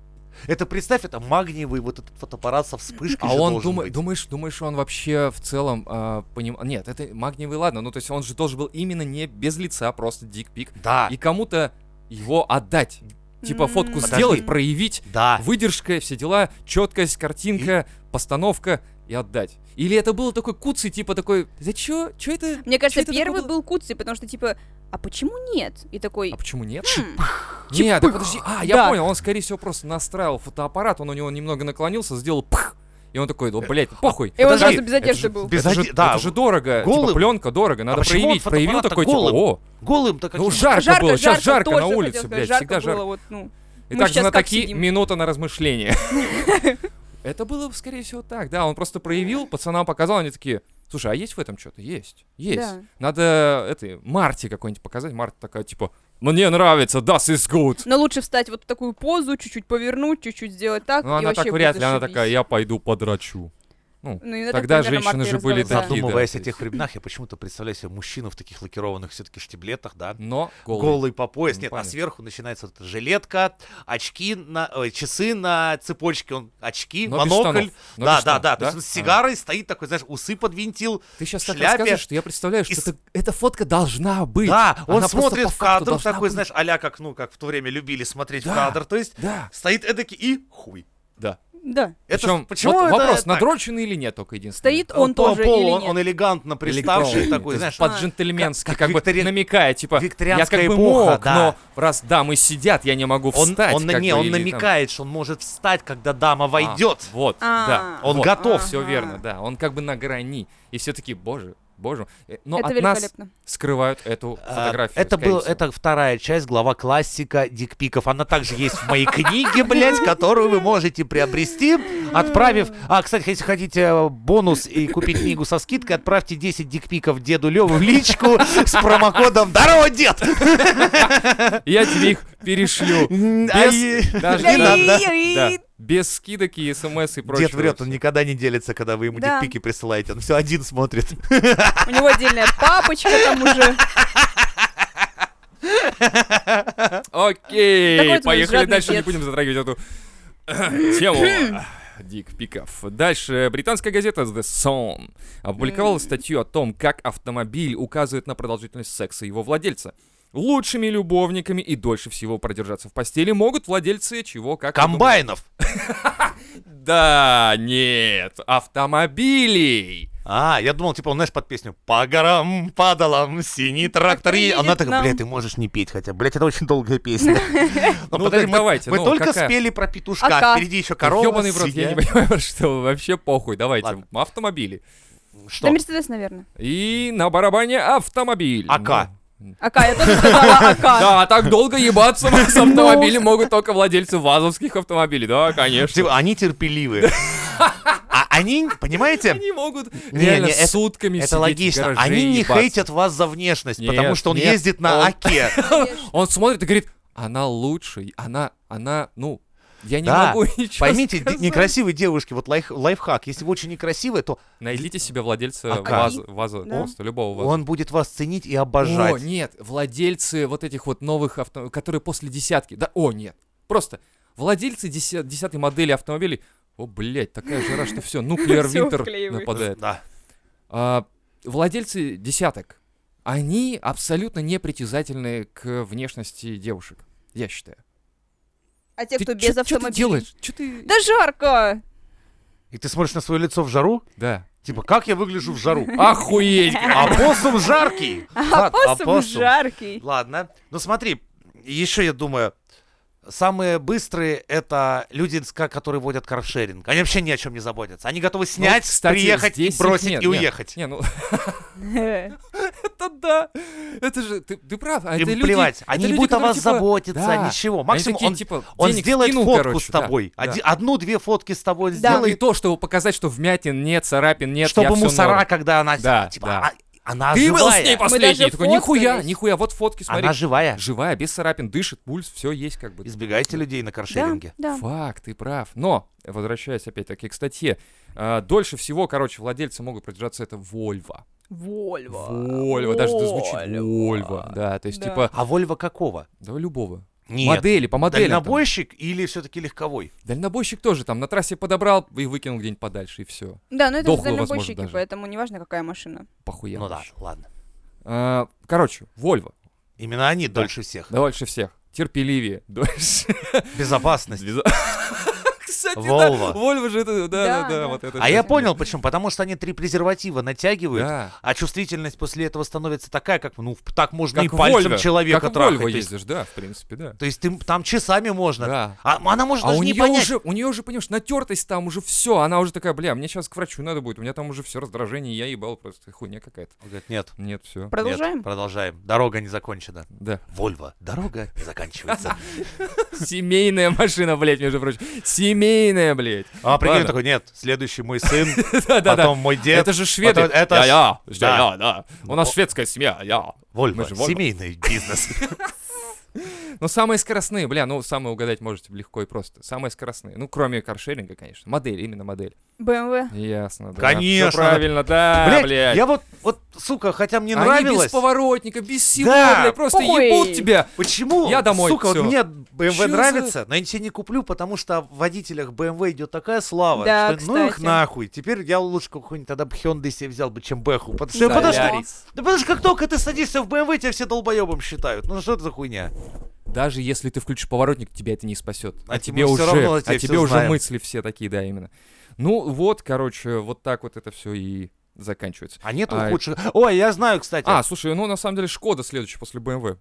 B: Это представь, это магниевый вот этот фотоаппарат со вспышкой.
A: А
B: же
A: он
B: должен
A: думает,
B: быть.
A: думаешь, думаешь, он вообще в целом понимал. Нет, это магниевый, ладно. Ну, то есть он же должен был именно не без лица, а просто дикпик.
B: Да,
A: И кому-то его отдать. Типа фотку
C: М.
A: сделать,
B: Подожди. А.
A: проявить,
B: да.
A: выдержка, все дела, четкость, картинка, постановка и отдать. Или это было такой куцый, типа такой, да чё, чё это?
C: Мне кажется,
A: Чё это такое
C: первый
A: было?
C: был Куцый, потому что типа, а почему нет? И такой,
A: А почему нет?
C: «Хм,
A: Нет, да подожди, а, я
C: Да.
A: понял, он, скорее всего, просто настраивал фотоаппарат, он у него немного наклонился, сделал пх, и он такой, блять,
C: Э,
A: похуй.
C: И он
B: Подожди,
C: сразу без
A: это
C: одежды
A: же
C: был.
B: без
A: это, же,
B: оде- да.
A: это же дорого,
B: Голым?
A: типа пленка дорого, надо
B: почему он
A: проявить. Проявил
B: фотоаппарат-то
A: такой,
B: голым?
A: типа, о,
B: Голым-то каким?
A: ну жарко было, сейчас жарко на
C: тоже
A: улице,
C: хотел
A: блядь,
C: сказать,
A: всегда жарко.
C: было, вот, ну.
A: И
C: Мы
A: также
C: сейчас
A: на
C: как
A: такие
C: сидим?
A: минута на размышление. Это было, бы, скорее всего, так, да. Он просто проявил, пацанам показал, они такие, Слушай, а есть в этом что-то? Есть. Есть.
C: Да.
A: Надо э, этой Марте какой-нибудь показать. Марта такая, типа, мне нравится, das is good.
C: Но лучше встать вот в такую позу, чуть-чуть повернуть, чуть-чуть сделать так.
A: Ну,
C: и
A: она
C: вообще
A: так
C: будет
A: вряд ли, она
C: зашибись.
A: такая, я пойду подрачу.
C: Ну, и это
A: Тогда
C: примерно
A: женщины
C: Марта и
A: же были
C: разговаривала.
A: такие.
B: Задумываясь
A: да,
B: о
A: то
B: тех временах, я почему-то представляю себе мужчину в таких лакированных все-таки штиблетах, да?
A: Но голый.
B: Голый, по пояс.
A: Ну,
B: Нет, а
A: понятно.
B: сверху начинается вот эта жилетка, очки, на, ой, часы на цепочке, он очки,
A: Но без
B: монокль.
A: штанов. Но
B: да,
A: без
B: да,
A: штанов,
B: да. То есть он с
A: А.
B: сигарой стоит такой, знаешь, усы подвинтил.
A: Ты сейчас так
B: шляпе.
A: рассказываешь, что я представляю, что
B: И с-
A: это- эта фотка должна быть.
B: Да, он
A: Она просто
B: смотрит
A: по
B: в
A: факту
B: кадр
A: должна
B: такой,
A: быть.
B: знаешь, а как, ну, как в то время любили смотреть в
A: Да.
B: кадр. То есть
A: Да,
B: стоит эдакий и хуй.
A: да.
C: Да.
B: Это
A: Причем
B: с- почему
A: вот
B: это
A: вопрос,
B: так?
A: надроченный или нет, только единственное.
C: Стоит он
B: По
C: тоже
B: полу
C: или
B: он,
C: нет?
B: он элегантно приставший
A: Приставший
B: такой, знаешь,
A: под
C: а,
A: джентльменски,
B: как-
A: как,
B: как
A: бы
B: виктори-
A: намекая, типа, я
B: викторианская
A: как бы
B: эпоха,
A: мог,
B: да.
A: но раз дамы сидят, я не могу
B: он,
A: встать.
B: он на-
A: как
B: не,
A: бы,
B: он
A: или там-
B: намекает, что он может встать, когда дама
A: А,
B: войдет.
A: вот, да.
C: А,
B: Он
A: вот.
B: готов.
A: Все
C: ага.
A: верно, да. Он как бы на грани. И все таки боже, боже. Э, Но
C: это
A: от нас
C: великолепно.
A: скрывают эту
B: А,
A: фотографию.
B: это,
A: скорее
B: был,
A: всего.
B: это вторая часть, глава классика дикпиков. Она также есть в моей книге, блядь, которую вы можете приобрести, отправив... А, кстати, если хотите э, бонус и купить книгу со скидкой, отправьте 10 дикпиков деду Леву в личку с промокодом «Здорово, дед!»
A: Я тебе их перешлю.
B: А и-
A: даже
B: Не
A: не
B: надо.
A: Да, без скидок и смс и прочего.
B: Дед врет, он никогда не делится, когда вы ему
C: Да.
B: дикпики присылаете. Он все один смотрит.
C: У него отдельная папочка там уже. Такой
A: Окей,
C: вот
A: поехали
C: жадный
A: дальше, не
C: дед.
A: будем затрагивать эту тему. Дик Пиков. Дальше. Британская газета The Sun опубликовала статью о том, как автомобиль указывает на продолжительность секса его владельца. Лучшими любовниками и дольше всего продержаться в постели могут владельцы чего как... вы думаете?
B: Комбайнов!
A: Да, нет, автомобилей.
B: А, я думал, типа, он, знаешь, под песню «По горам падалам синий трактор» и
C: едет
B: Она такая,
C: нам.
B: блядь, ты можешь не петь хотя, бы. блядь, это очень долгая песня. Ну,
A: Ну,
B: подожди,
A: так
B: мы-
A: давайте,
B: Мы
A: ну,
B: только
A: какая?
B: спели про петушка,
C: Ака.
B: впереди еще корова.
A: Ёбаный в рот, я не
B: свинья.
A: понимаю, что вообще похуй. Давайте,
B: Ладно.
A: автомобили.
C: Да,
B: Что?
C: Мерседес, наверное.
A: И на барабане автомобиль.
B: АК.
A: Ну,
C: Ака, я тоже сказала Ака.
A: Да, так долго ебаться с
B: Ну.
A: автомобилем могут только владельцы вазовских автомобилей. Да, конечно.
B: Типа, Они терпеливые. А они, понимаете,
A: Они могут
B: Не,
A: реально
B: не, это-
A: сутками
B: это
A: сидеть в
B: логично.
A: гараже
B: Они
A: и
B: не
A: ебаться.
B: хейтят вас за внешность, потому
A: Нет,
B: что он
A: нет,
B: ездит на
A: он-
B: Аке.
A: Он смотрит и говорит, она лучше, она, она, ну, я не
B: Да,
A: могу ничего
B: Поймите, д-
A: сказать.
B: некрасивые девушки, вот лайф- лайфхак, если вы очень некрасивая, то
A: Найдите себе владельца
B: АК.
A: ваза, ваза-
C: Да.
A: просто любого ваза.
B: он будет вас ценить и
A: О,
B: обожать.
A: нет, владельцы вот этих вот новых авто, которые после десятки. Да, о, нет. Просто владельцы деся- десятой модели автомобилей. О, блядь, такая жара, что все, нуклеар
C: Всё
A: винтер
C: вклеивает.
A: нападает.
B: Да.
A: А, владельцы десяток, они абсолютно не притязательны к внешности девушек, я считаю.
C: А те,
A: ты,
C: кто без
A: чё- чё ты
C: автомобиля.
A: делаешь? Чё ты...
C: Да жарко!
B: И ты смотришь на свое лицо в жару?
A: Да.
B: Типа, как я выгляжу в жару?
A: Охуеть!
B: А посум жаркий!
C: А посум
B: опоссум.
C: жаркий.
B: Ладно. Ну смотри, еще я думаю, самые быстрые это люди, с ка- которые водят каршеринг. Они вообще ни о чем не заботятся. Они готовы снять,
A: Ну, кстати,
B: приехать,
A: здесь их
B: бросить
A: нет,
B: и
A: нет.
B: уехать.
A: Не, ну
C: Да,
A: это да. Это же, ты, ты прав. а
B: Им
A: это люди-
B: плевать. они
A: это
B: не
A: люди,
B: будут о
A: которые,
B: вас
A: типа,
B: заботиться,
A: да.
B: ничего.
A: Они
B: Максимум
A: такие,
B: он,
A: типа,
B: он
A: денег
B: сделает
A: скинул,
B: фотку
A: короче,
B: с
A: да,
B: тобой.
A: да.
B: Оди- Одну-две фотки с тобой он
C: Да.
A: Ну, И
B: сделает,
A: то, чтобы показать, что вмятин нет, царапин нет, я
B: чтобы
A: всё
B: мусора,
A: норм.
B: когда она...
A: Да,
B: типа,
A: да.
B: а- Она
A: Ты был с
B: живая.
A: ней последний.
C: даже
A: Я такой, нихуя,
C: фоткались.
A: нихуя, вот фотки, смотри.
B: Она живая.
A: Живая, без царапин, дышит, пульс, все есть как бы.
B: Избегайте людей на каршеринге.
C: да.
A: Факт, ты прав. Но, возвращаясь опять-таки к статье, а, дольше всего, короче, владельцы могут продержаться это Вольво.
C: Вольво.
A: Вольво, даже это звучит Вольво. Да, то есть
C: Да.
A: типа,
B: А Вольва какого?
A: да любого.
B: Нет.
A: Модели, по моделям. там.
B: Дальнобойщик или все-таки легковой?
A: Дальнобойщик тоже там на трассе подобрал и выкинул где-нибудь подальше, и все.
C: Да, но это
A: Дохлую,
C: же
A: возможно,
C: дальнобойщики,
A: даже.
C: поэтому неважно, какая машина.
A: Похуя.
B: ну да, ладно.
A: А, короче, Вольво.
B: Именно они дольше всех.
A: Дольше всех. Терпеливее. Дольше.
B: Безопасность.
A: Кстати,
B: Volvo.
A: да. Вольво же это, да, да,
C: Да,
A: да,
C: да.
A: вот это.
B: А
A: же.
B: я понял, почему. Потому что они три презерватива натягивают,
A: Да.
B: а чувствительность после этого становится такая, как, ну, в- так можно
A: Как
B: и пальцем
A: Вольво.
B: человека
A: как
B: трахать.
A: Вольво
B: то, есть,
A: ездишь, да, в принципе, да.
B: то есть ты там часами можно.
A: Да.
B: А она может
A: А
B: даже
A: у
B: не
A: нее
B: понять.
A: уже, у нее уже, понимаешь, натертость там уже все, она уже такая, бля, мне сейчас к врачу надо будет, у меня там уже все раздражение, я ебал просто хуйня какая-то.
B: Он говорит, нет.
A: Нет, все.
B: Нет,
C: Продолжаем?
B: продолжаем. Дорога не закончена.
A: Да.
B: Вольво, дорога не заканчивается.
A: Семейная машина, блядь, между прочим. семейное, блядь.
B: А прикинь,
A: Ладно.
B: такой, нет, следующий мой сын,
A: Да-да-да.
B: потом мой дед.
A: Это же шведы.
B: потом это ж-
A: Я,
B: да.
A: я, да. У нас шведская семья, я.
B: Вольво,
A: мы же Вольво.
B: семейный бизнес.
A: Ну, самые скоростные, бля, ну, самые угадать можете легко и просто. Самые скоростные. Ну, кроме каршеринга, конечно. Модель, именно модель.
C: БМВ.
A: Ясно, да.
B: Конечно.
A: Всё правильно, да,
B: Блядь,
A: блядь.
B: я вот, вот, сука, хотя мне
A: Они без
B: нравилось,
A: поворотника, без всего,
B: Да.
A: блядь, просто
C: Ой.
A: ебут тебя.
B: почему,
A: Я домой,
B: сука, вот
A: всё.
B: мне BMW
A: Чё за-
B: нравится, но я себе не куплю, потому что о водителях BMW идет такая слава,
C: Да,
B: что ну их
C: кстати.
B: нахуй, теперь я лучше какой-нибудь тогда бы Hyundai себе взял бы, чем Бэху, потому что,
C: Да,
B: потому что-
C: да.
A: Солярис.
B: да потому что как только ты садишься в BMW, тебя все долбоебом считают, ну что это за хуйня?
A: Даже если ты включишь поворотник, тебя это не спасет.
B: А
A: А,
B: тебе
A: тебе
B: всё
A: уже,
B: равно, а тебе
A: а
B: всё
A: тебе уже
B: знаем.
A: мысли все такие, да, именно. Ну вот, короче, вот так вот это все и заканчивается.
B: А нету
A: А,
B: худших, ой, я знаю, кстати,
A: А, слушай, ну на самом деле Шкода следующая после BMW.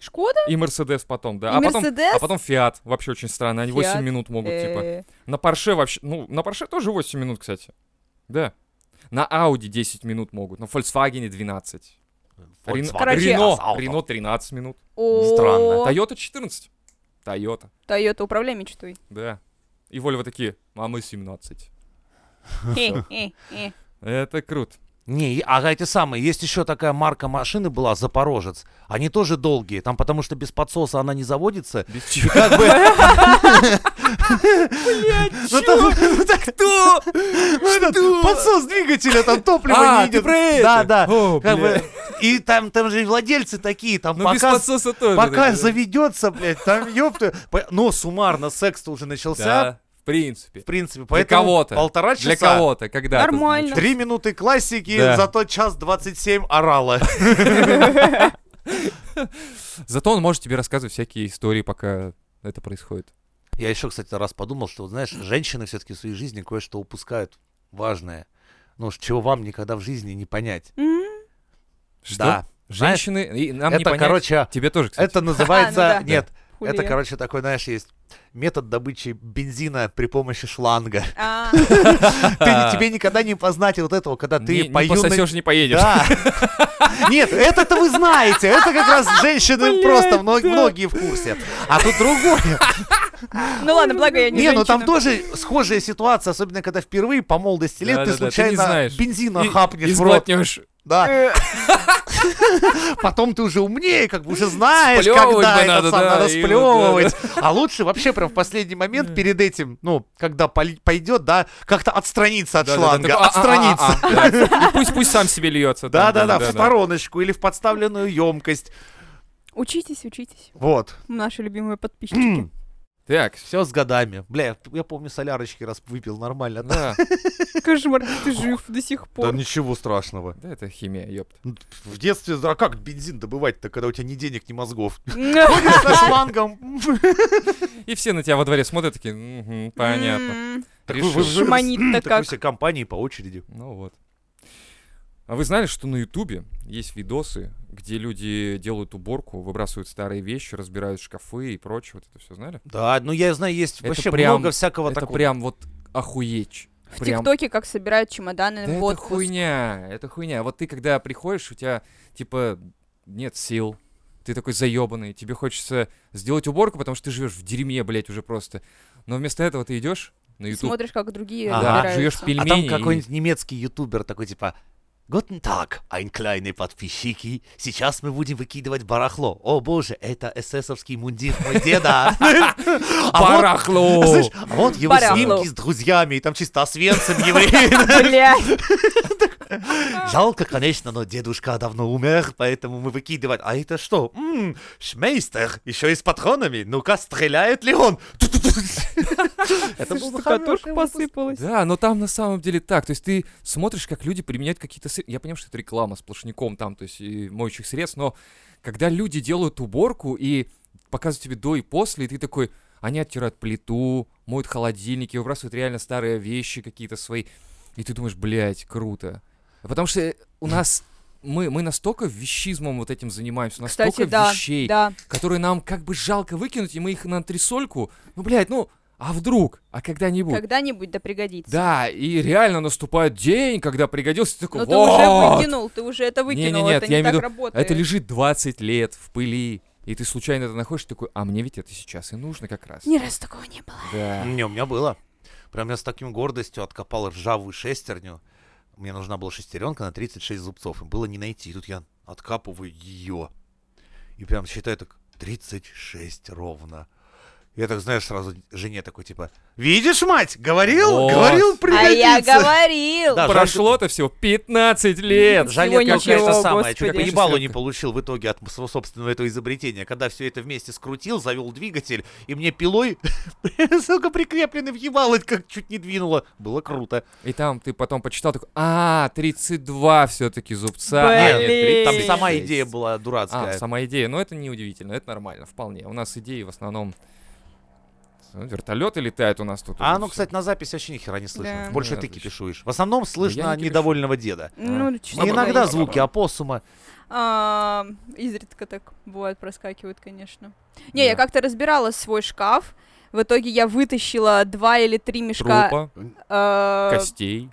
C: Шкода?
A: И Мерседес потом, да.
C: И
A: а, потом,
C: Мерседес?
A: а потом Фиат. Вообще очень странно. Они 8
C: Fiat,
A: минут могут, типа.
C: Э,
A: На Порше вообще. Ну, на Порше тоже 8 минут, кстати. Да. На Audi 10 минут могут. На Volkswagen 12. Рено,
B: Volkswagen
C: Короче,
A: Рено,
B: Assault.
A: Рено 13 минут.
C: о,
B: Странно.
A: Toyota 14. Toyota.
C: Toyota, управляй мечтой.
A: Да. И Вольво такие, а мы 17.
C: Хе, хе, хе.
A: Это круто.
B: Не, и- а эти самые, есть еще такая марка машины была, Запорожец. Они тоже долгие, там потому что без подсоса она не заводится.
A: Без чего?
B: Как бы,
A: Ну там- ну так кто?
B: Ну, этот подсос двигателя, там топливо
A: А,
B: не
A: ты
B: идет.
A: про это?
B: Да, да.
A: О,
B: Как
A: бля.
B: бы, и там, там же и владельцы такие, там
A: Ну без
B: пока,
A: подсоса тоже.
B: пока
A: такие, да.
B: заведется, блядь, там ёпта. По- Ну, суммарно, секс-то уже начался,
A: Да, в принципе.
B: в принципе, поэтому
A: кого-то.
B: полтора часа.
A: Для кого-то, когда это
C: Нормально.
A: звучит.
B: Три минуты классики,
A: Да.
B: зато час 27 орала.
A: Зато он может тебе рассказывать всякие истории, пока это происходит.
B: Я еще, кстати, раз подумал, что, вот, знаешь, женщины все-таки в своей жизни кое-что упускают важное. Ну, ш- чего вам никогда в жизни не понять.
C: М,
A: Что?
B: Да. Знаешь,
A: Женщины, и нам не
B: это,
A: понять.
B: короче,
A: Тебе тоже, кстати.
B: это называется...
C: А, ну да.
B: Нет, это,
C: хуле.
B: короче, такой, знаешь, есть метод добычи бензина при помощи шланга.
C: А,
B: Ты, тебе никогда не познать вот этого, когда
A: А. не,
B: ты
A: не
B: по юной-
A: пососешь, не поедешь.
B: Да. Нет, это-то вы знаете. Это как раз женщины
C: Блядь,
B: просто мно-
C: да.
B: многие в курсе. А тут другое.
C: Ну ладно, благо я не
B: Не, ну там
C: женщина.
B: тоже схожая ситуация, особенно когда впервые по молодости лет ты
A: Да-да-да, ты не
B: случайно
A: знаешь.
B: бензина
A: И-
B: хапнешь
A: и
B: в рот.
A: сглотнешь.
B: Да.
C: Э,
B: Потом ты уже умнее, как бы уже знаешь,
A: Сплёвывать бы
B: когда это
A: надо,
B: сам
A: да,
B: надо
A: и вот,
B: сплевывать. А лучше вообще прям в последний момент перед этим, ну, когда пол- пойдет, да, как-то отстраниться от
A: Да-да-да,
B: шланга,
A: такой, а, а, а,
B: отстраниться.
A: а, да. И Пусть пусть сам себе льется. там,
B: Да-да-да, в стороночку или в подставленную емкость.
C: Учитесь, учитесь,
B: Вот.
C: наши любимые подписчики.
A: Так,
B: Все с годами. Бля, я помню, солярочки раз выпил нормально. Да,
A: да.
C: Кошмар, ты жив до сих пор.
B: ничего страшного.
A: Да это химия, ёпт.
B: Ну, В детстве, а как бензин добывать-то, когда у тебя ни денег, ни мозгов?
C: М,
B: Ходишь со шлангом.
A: И все на тебя во дворе смотрят такие,
B: М-м.
A: «Мгм, понятно.
C: м,
A: Решил.
B: вы- вы-
C: Шманит-то
B: Так вы
C: как.
B: все компании по очереди.
A: Ну вот. А вы знали, что на Ютубе есть видосы, где люди делают уборку, выбрасывают старые вещи, разбирают шкафы и прочее. Вот это все знали?
B: Да, ну я знаю, есть
A: Это
B: вообще
A: прям-
B: много всякого
A: это
B: такого.
A: прям вот охуеть.
C: В
A: Прям.
C: ТикТоке как собирают чемоданы
A: Да
C: в
A: это
C: отпуск.
A: хуйня, это хуйня. Вот ты когда приходишь, у тебя типа нет сил, ты такой заебанный, тебе хочется сделать уборку, потому что ты живешь в дерьме, блядь, уже просто. Но вместо этого ты идешь на
C: И
A: Ютуб,
C: Смотришь, как другие
B: Ага.
A: да, жуешь
C: разбираются.
B: А
A: пельмени.
B: там
A: и-
B: какой-нибудь немецкий ютубер такой типа... Guten Tag, ein kleine подписчики. Сейчас мы будем выкидывать барахло. О боже, это эсэсовский мундир мой деда. А вот-
A: Барахло!
B: Слышь, а вот его
C: Барахло.
B: снимки с друзьями, и там чисто освенцем евреи.
C: Блядь.
B: Жалко, конечно, но дедушка давно умер, поэтому мы выкидывать. А это что? М, шмейстер, еще и с патронами. Ну-ка, стреляет ли он? Это был
C: Штукатурка
B: хороший выпуск.
C: посыпалась.
A: Да, но там на самом деле так. То есть ты смотришь, как люди применяют какие-то... сре- Я понимаю, что это реклама сплошняком там, то есть и моющих средств, но когда люди делают уборку и показывают тебе до и после, и ты такой... Они оттирают плиту, моют холодильники, выбрасывают реально старые вещи какие-то свои. И ты думаешь, блядь, круто. Потому что у нас... Мы, мы настолько вещизмом вот этим занимаемся, настолько
C: Кстати, да,
A: вещей,
C: да.
A: которые нам как бы жалко выкинуть, и мы их на антресольку, ну, блядь, ну, а вдруг? А когда-нибудь?
C: Когда-нибудь да пригодится.
A: Да, и реально наступает день, когда пригодился, ты такой,
C: Но Ну, ты уже
A: «Вот!»
C: выкинул, ты уже это выкинул,
A: Не-не-нет,
C: это не
A: я имею в
C: так
A: виду,
C: работает.
A: Это лежит 20 лет в пыли, И ты случайно это находишь, такой, а мне ведь это сейчас и нужно как раз.
C: Ни разу такого не было.
A: Да.
B: Не, у меня было. Прям я с таким гордостью откопал ржавую шестерню. Мне нужна была шестеренка на 36 зубцов. И было не найти. И тут я откапываю ее. И прям считаю так 36 ровно. Я так, знаешь, сразу жене такой, типа, видишь, мать, говорил,
A: Вот.
B: говорил,
C: А я
B: пригодится.
C: говорил.
B: Да,
A: Прошло-то всего 15 лет.
C: Жаль,
B: Жаль,
C: Всего
B: я только
C: ничего,
B: это самое, чуть
C: господи.
B: поебалу не
A: Шестерка.
B: получил в итоге от своего собственного этого изобретения, когда все это вместе скрутил, завел двигатель, и мне пилой, сука, прикрепленный въебало, это как чуть не двинуло. Было круто.
A: И там ты потом почитал, такой, а, 32 все-таки зубца.
C: Блин.
A: а не
C: Нет,
B: Там
A: 36.
B: сама идея была
A: А,
B: дурацкая.
A: сама идея. Но это не удивительно, это нормально, вполне. У нас идеи в основном... ну, Вертолеты летают у нас тут.
B: А
A: уже
B: ну,
A: всё.
B: кстати, на записи вообще ни хера не слышно.
C: Да.
B: Больше
A: Ну,
B: ты
A: отлично.
B: кипишуешь. В основном слышно
A: не кипишу.
B: недовольного деда.
C: Ну, честно
A: Баба-баба.
B: Иногда
C: говоря.
B: звуки опоссума.
C: А, Изредка так бывает, проскакивают, конечно. Не, я
A: Да.
C: как-то разбирала свой шкаф. В итоге я вытащила два или три мешка
A: Трупа,
C: э,
A: костей.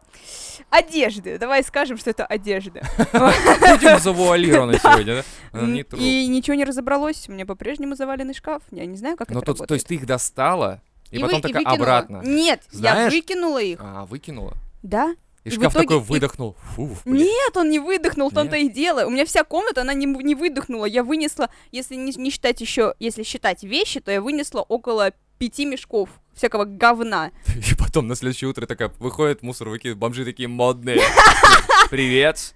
C: одежды. Давай скажем, что это одежда.
A: Будем завуалированы сегодня, да? Э, Не труп.
C: И ничего не разобралось. У меня по-прежнему заваленный шкаф. Я не знаю, как
A: Ну,
C: это
A: то, то
C: работает.
A: есть ты их достала, и,
C: вы-
A: потом такая
C: выкинула.
A: обратно.
C: Нет, я
B: Знаешь-
C: выкинула их.
A: А, выкинула.
C: Да?
A: И,
C: И в
A: шкаф
C: итоге
A: такой
C: и-
A: выдохнул. Фу, блин.
C: Нет, он не выдохнул, в том-то и дело. У меня вся комната, она не, м- не выдохнула. Я вынесла, если не, не считать еще, если считать вещи, то я вынесла около пяти мешков всякого говна.
A: И потом на следующее утро такая выходит мусор, выкидывает, бомжи такие модные. Привет,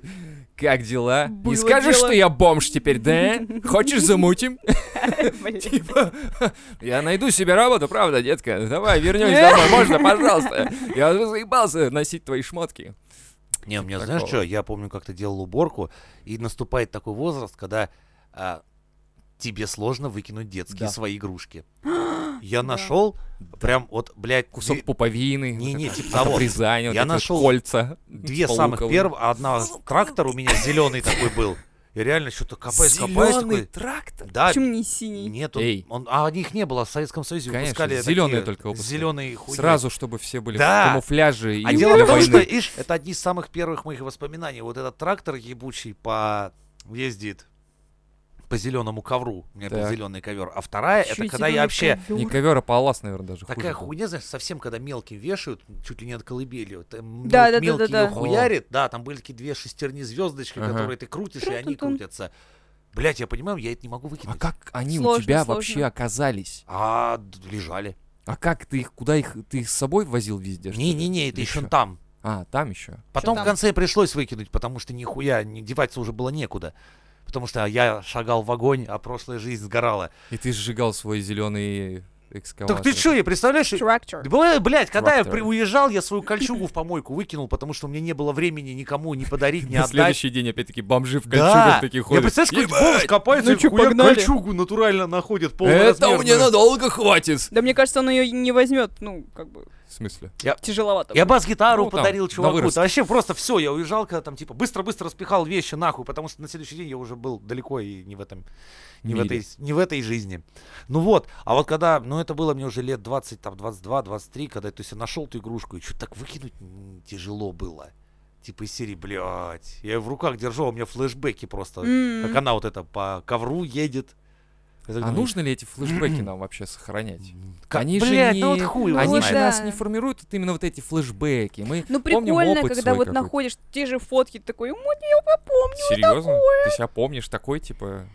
A: как дела?
C: Было
A: Не скажешь,
C: дело.
A: что я бомж теперь, да? Хочешь, замутим?
C: Блин.
A: Типа, я найду себе работу, правда, детка? Давай, вернемся домой, можно, пожалуйста? Я уже заебался носить твои шмотки.
B: Не, у меня,
A: Типа
B: знаешь
A: такого.
B: что, я помню, как-то делал уборку, и наступает такой возраст, когда а, тебе сложно выкинуть детские
A: Да.
B: свои игрушки. Я
C: Да.
B: нашел прям вот, блядь,
A: Кусок
B: две-
A: пуповины.
B: Не,
A: вот
B: не,
A: это
B: типа
A: от
B: того.
A: обрезания, вот
B: Я
A: эти вот
B: нашел
A: кольца.
B: две самых первых, одна трактор у меня зеленый такой был. И реально что-то копаюсь, копаюсь
A: Зеленый
B: такой.
A: трактор.
B: Да,
C: Почему не синий?
B: А, нет, он,
A: Эй.
B: он- а них не было в Советском Союзе
A: Конечно,
B: выпускали
A: зеленые только выпускали.
B: зеленые хуйни.
A: Сразу, чтобы все были
B: Да.
A: в камуфляже и
B: А
A: в
B: дело в
A: для
B: том,
A: войны.
B: что, ишь, это одни из самых первых моих воспоминаний. Вот этот трактор ебучий по... ездит по зеленому ковру. У меня был
A: Так.
B: зеленый ковер. А вторая,
C: Чё,
B: это когда я
C: зелёный
B: вообще...
C: ковёр?
A: Не ковер, а палас, наверное, даже хуже
B: Такая
A: был.
B: хуйня, знаешь, совсем когда мелким вешают, чуть ли не от колыбели. вот, эм,
C: Да,
B: мел-
C: да, да,
B: мелкий
C: да, да.
B: её хуярит. Да, там были такие две шестерни звездочки,
A: Ага.
B: которые ты крутишь, и они
C: Тру-тун-тун.
B: крутятся. Блять, я понимаю, я это не могу
A: А
B: выкинуть.
A: как они у
C: Сложно,
A: тебя
C: сложно.
A: вообще оказались?
B: А, д- лежали.
A: А как ты их, куда их, ты их с собой возил везде? что ли?
B: Не-не-не, это
A: Или
B: еще
A: чё?
B: там.
A: А, там еще.
B: Потом
C: там?
B: в конце пришлось выкинуть, потому что нихуя, не деваться уже было некуда. Потому что я шагал в огонь, а прошлая жизнь сгорала.
A: И ты сжигал свой зеленый экскаватор.
B: Так ты чё, я представляешь?
C: Tractor.
B: Блять, когда я
A: Трактор.
B: при- уезжал, я свою кольчугу в помойку выкинул, потому что мне не было времени никому не подарить, не
A: На
B: отдать.
A: следующий день опять-таки бомжи в
B: Да,
A: кольчугах такие
B: я
A: ходят.
B: представляешь, какой-то
A: «Ебать,
B: бомж копается,
A: ну
B: и
A: чё,
B: хуяк
A: погнали?»
B: кольчугу натурально находит
A: Это
B: полноразмерную.
A: мне надолго хватит.
C: Да мне кажется, он ее не возьмет, ну, как бы,
A: В смысле?
C: тяжеловато.
B: Я бас-гитару
A: Ну, там,
B: подарил
A: на
B: чуваку.
A: вырост.
B: Да вообще просто все, я уезжал, когда там типа быстро-быстро спихал вещи нахуй, потому что на следующий день я уже был далеко и не в этом не в,
A: Мире.
B: этой, не в этой жизни. Ну вот, а вот когда, ну это было мне уже лет 20, там 22, 23, когда я, то есть, я нашел эту игрушку, и что-то так выкинуть м, тяжело было. Типа из серии, блядь, я ее в руках держу, а у меня флешбеки просто,
C: М.
B: как она вот это по ковру едет. Я так
A: А
B: думаю,
A: нужно ли эти флешбеки нам вообще сохранять?
B: «Ка-
A: Они же
B: блядь, ну
A: не-
B: вот хуй его
A: Они
B: знает».
A: же
C: да.
A: нас не формируют, вот именно вот эти флешбеки. Мы
C: Ну,
A: помним
C: прикольно,
A: опыт
C: когда
A: свой
C: вот
A: какой-то.
C: находишь те же фотки, ты такой, «М, вот я его помню.
A: Серьезно? Ты себя помнишь такой, типа...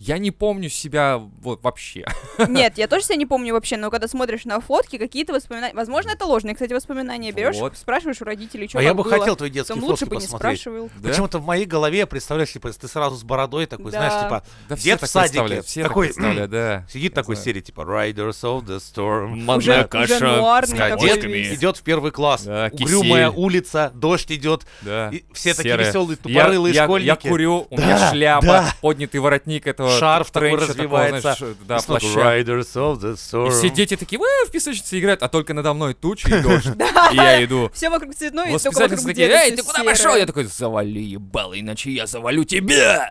A: Я не помню себя вот вообще.
C: Нет, я тоже себя не помню вообще, но когда смотришь на фотки, какие-то воспоминания... Возможно, это ложные, кстати, воспоминания. Берешь,
A: Вот.
C: спрашиваешь у родителей, что
B: А я бы хотел твои
C: Там
B: детские
C: лучше
B: фотки
C: бы не
B: посмотреть.
C: спрашивал.
A: Да?
B: Почему-то в моей голове, представляешь, типа, ты сразу с бородой такой, знаешь,
C: Да.
B: типа,
A: Да
B: Дед в
A: так
B: садике,
A: представляют, все
B: такой,
A: такой, представляют, да.
B: сидит
A: Я
B: такой
A: знаю.
B: серии, типа, Riders of the Storm.
C: Уже- уже нуарный
B: А
C: такой
B: дед
C: весь.
B: идет в первый класс.
A: Да,
B: Угрюмая
A: кисель.
B: улица, дождь идет,
A: Да.
B: и все такие
A: Серые.
B: веселые,
A: Я-
B: тупорылые
A: я,
B: школьники.
A: Я курю, у меня
B: Да,
A: шляпа,
B: да.
A: поднятый воротник этого
B: Шарф такой
A: тренча
B: развивается.
A: знаешь,
B: И
A: да,
B: смотрю,
A: плаща.
B: Riders of the Storm.
A: И все дети такие, «Уэ, в песочнице играют, а только надо мной тучи и дождь. И я иду.
C: Все вокруг цветное, Ну, и только вокруг
A: Воспитательницы такие,
C: деда
A: эй,
C: всё
A: ты куда
C: серое».
A: пошел? Я такой, завали, ебало, иначе я завалю тебя.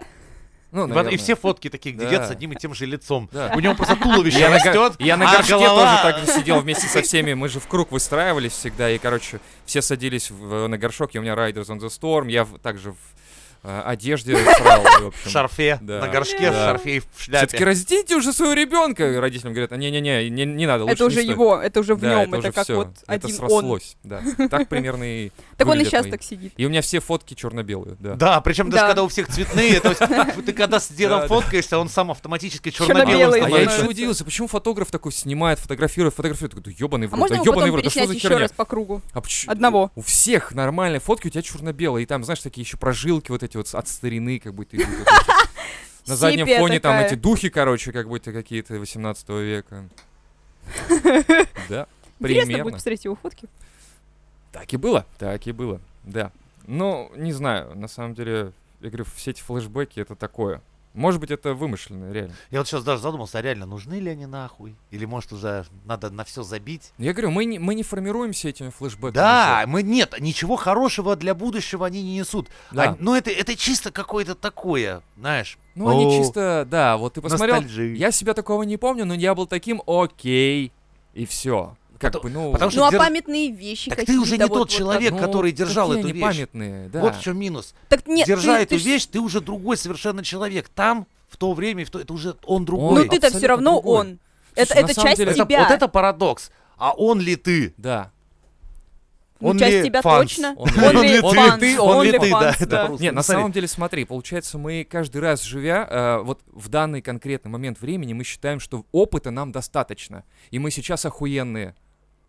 A: Ну,
B: И вот-
A: наверное.
B: И все фотки такие, где
A: Да.
B: дед с одним и тем же лицом.
A: Да.
B: У него просто туловище
A: Я на, го-
B: растет,
A: я на
B: а
A: горшке
B: голова-
A: тоже так же сидел вместе со всеми. Мы же в круг выстраивались э, всегда. И, короче, все садились в- на горшок. И у меня Riders on the Storm. Я в- также в- э, одежде срал, в общем.
B: В шарфе,
A: Да.
B: на горшке, в
A: Да.
B: шарфе и в
A: Все-таки
B: шляпе.
A: разделите уже своего ребенка. И родителям говорят, «А, не-не-не, не, не надо, лучше
C: Это
A: не
C: уже
A: стоит».
C: его, это уже в
A: Да,
C: нем,
A: уже
C: это как
A: всё.
C: вот
A: это
C: один он.
A: срослось, да. Так примерно и
C: Так он и
A: выглядят
C: сейчас
A: мои.
C: так сидит.
A: И у меня все фотки черно-белые, да.
B: Да, причем даже
C: Да.
B: когда у всех цветные, то есть ты когда с
A: Да, да.
B: дедом фоткаешься, он сам автоматически
A: А
B: черно-белый
C: Чёрно-белый
A: я еще
B: становится.
C: становится.
A: удивился, почему фотограф такой снимает, фотографирует, фотографирует, такой, да ебаный в
C: А
A: рот, да
C: можно его
A: ебаный
C: потом
A: в рот, да что
C: переснять
A: за
C: еще
A: херня?
C: раз по кругу?
A: А поч-
C: Одного.
A: У всех нормальные фотки, у тебя черно-белые, и там, знаешь, такие еще прожилки вот эти вот с- от старины, как будто идут. вот эти. На заднем
C: Сепия
A: фоне там
C: такая.
A: эти духи, короче, как будто какие-то 18 века. Да,
C: Интересно будет
A: примерно.
C: посмотреть его фотки.
A: Так и было, так и было, да. Ну, не знаю, на самом деле, я говорю, все эти флешбеки это такое. Может быть, это вымышленно, реально.
B: Я вот сейчас даже задумался, а реально нужны ли они нахуй? Или может уже надо на все забить?
A: Я говорю, мы не, мы не формируемся этими флешбеками.
B: Да, мы нет, ничего хорошего для будущего они не несут.
A: Да.
B: Они- но это, это чисто какое-то такое, знаешь.
A: Ну, они
B: О,
A: чисто, да, вот ты посмотрел,
B: ностальжи.
A: я себя такого не помню, но я был таким, окей, и все. Как
B: Потом-
A: бы, ну...
B: потому что
C: Ну а
B: дер-
C: памятные вещи
B: Так ты
C: какие-то,
B: уже не
C: вот-
B: тот
C: вот так.
B: человек, который держал
A: какие
B: эту
A: они
B: вещь.
A: памятные, да.
B: Вот в чем минус.
C: Так нет, ты-
B: Держа
C: ты
B: эту
C: ж-
B: вещь, ты уже другой совершенно человек. Там в то время, в то- это уже он другой.
C: Ну
A: Ой,
C: ты-то все
A: абсолютно
C: равно
A: другой.
C: он. Это
A: Слушай, на
C: это
A: самом
C: часть
A: деле-
B: Это-
A: для
C: тебя.
B: Вот это парадокс. А он ли ты?
A: Да.
C: Ну,
B: он
C: часть
B: ли
C: тебя
B: фанс?
C: точно.
A: Он ли-
B: он ли
C: фанс,
B: ты,
A: он ли
B: ты, да,
C: фанс,
B: это просто.
A: Нет,
B: Ну,
A: на
B: смотри.
A: самом деле, смотри, получается, мы каждый раз живя, э, вот в данный конкретный момент времени, мы считаем, что опыта нам достаточно. И мы сейчас охуенные.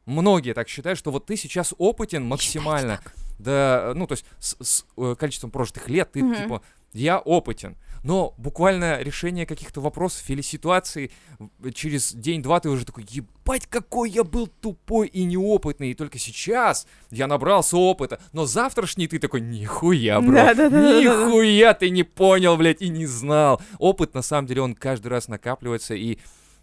A: Многие так считают, что вот ты сейчас опытен максимально. Да, э, ну, то есть с, с, э, количеством прожитых лет ты
C: Мгм.
A: типа, я опытен. Но буквально решение каких-то вопросов или ситуаций в- через день-два ты уже такой, ебать, какой я был тупой и неопытный, и только сейчас я набрался опыта. Но завтрашний ты такой, нихуя, бро,
C: Да-да-да-да-да-да.
A: нихуя ты не понял, блядь, и не знал. Опыт, на самом деле, он каждый раз накапливается, и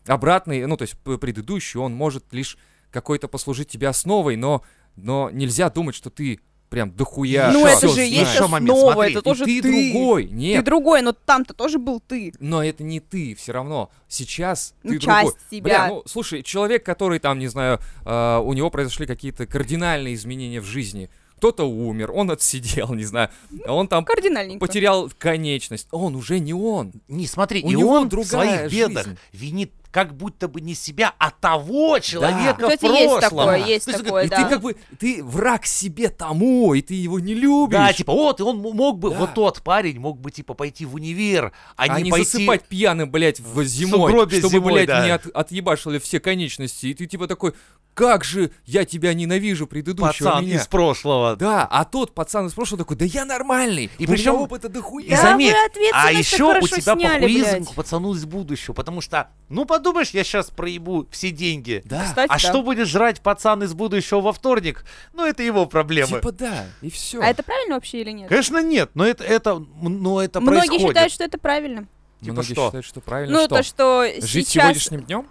A: обратный, ну, то есть п- предыдущий, он может лишь какой-то послужить тебе основой, но, но нельзя думать, что ты прям дохуя
C: Ну
B: Ещё.
C: это
A: всё
C: же есть
B: Ещё
A: знаешь.
B: момент,
C: основа,
B: смотри,
C: это
B: и
C: тоже
A: И ты,
C: ты.
A: другой,
C: Ты
A: нет.
C: другой, но там-то тоже был ты.
A: Но это не ты все равно. Сейчас
C: Ну,
A: ты другой.
C: часть
A: Бля,
C: тебя.
A: ну, слушай, человек, который там, не знаю, э, у него произошли какие-то кардинальные изменения в жизни. Кто-то умер, он отсидел, не знаю.
C: Ну,
A: Он там
C: Кардинальненько.
A: потерял конечность. Он уже не он.
B: Не смотри,
A: У
B: и
A: него
B: он в
A: другая
B: своих бедах
A: жизнь.
B: винит как будто бы не себя, а того человека в
C: Кстати,
B: прошлом.
C: есть такое, есть
B: То есть,
C: такое,
A: и
C: да.
A: ты как бы, ты враг себе тому, и ты его не любишь.
B: Да, типа, вот, и он м- мог бы,
A: Да.
B: вот тот парень мог бы, типа, пойти в универ, а,
A: а не
B: пойти...
A: засыпать пьяным, блядь, в зимой,
B: сугробе
A: чтобы,
B: зимой,
A: блядь,
B: да.
A: не от- отъебашили все конечности. И ты типа такой, как же я тебя ненавижу, предыдущего
B: пацан
A: меня.
B: из прошлого.
A: Да, а тот пацан из прошлого такой, да я нормальный.
B: И
A: у меня
B: причем-
A: опыта дохуя.
B: И заметь, а
C: ответственность-то
B: еще у
C: хорошо
B: тебя
C: сняли,
B: похуизм
C: блядь.
B: к пацану из будущего, потому что, ну подумаешь, я сейчас проебу все деньги.
A: Да.
C: Кстати,
B: А
C: да.
B: что будет жрать пацан из будущего во вторник? Ну, это его проблемы.
A: Типа да, и все.
C: А это правильно вообще или нет?
B: Конечно, нет, но это, это, м, но это
C: Многие
B: происходит.
C: считают, что это правильно.
B: типа
A: Многие
B: что?
A: считают, что правильно
C: ну,
A: что?
C: то, что
A: Жить
C: сейчас
A: сегодняшним днем?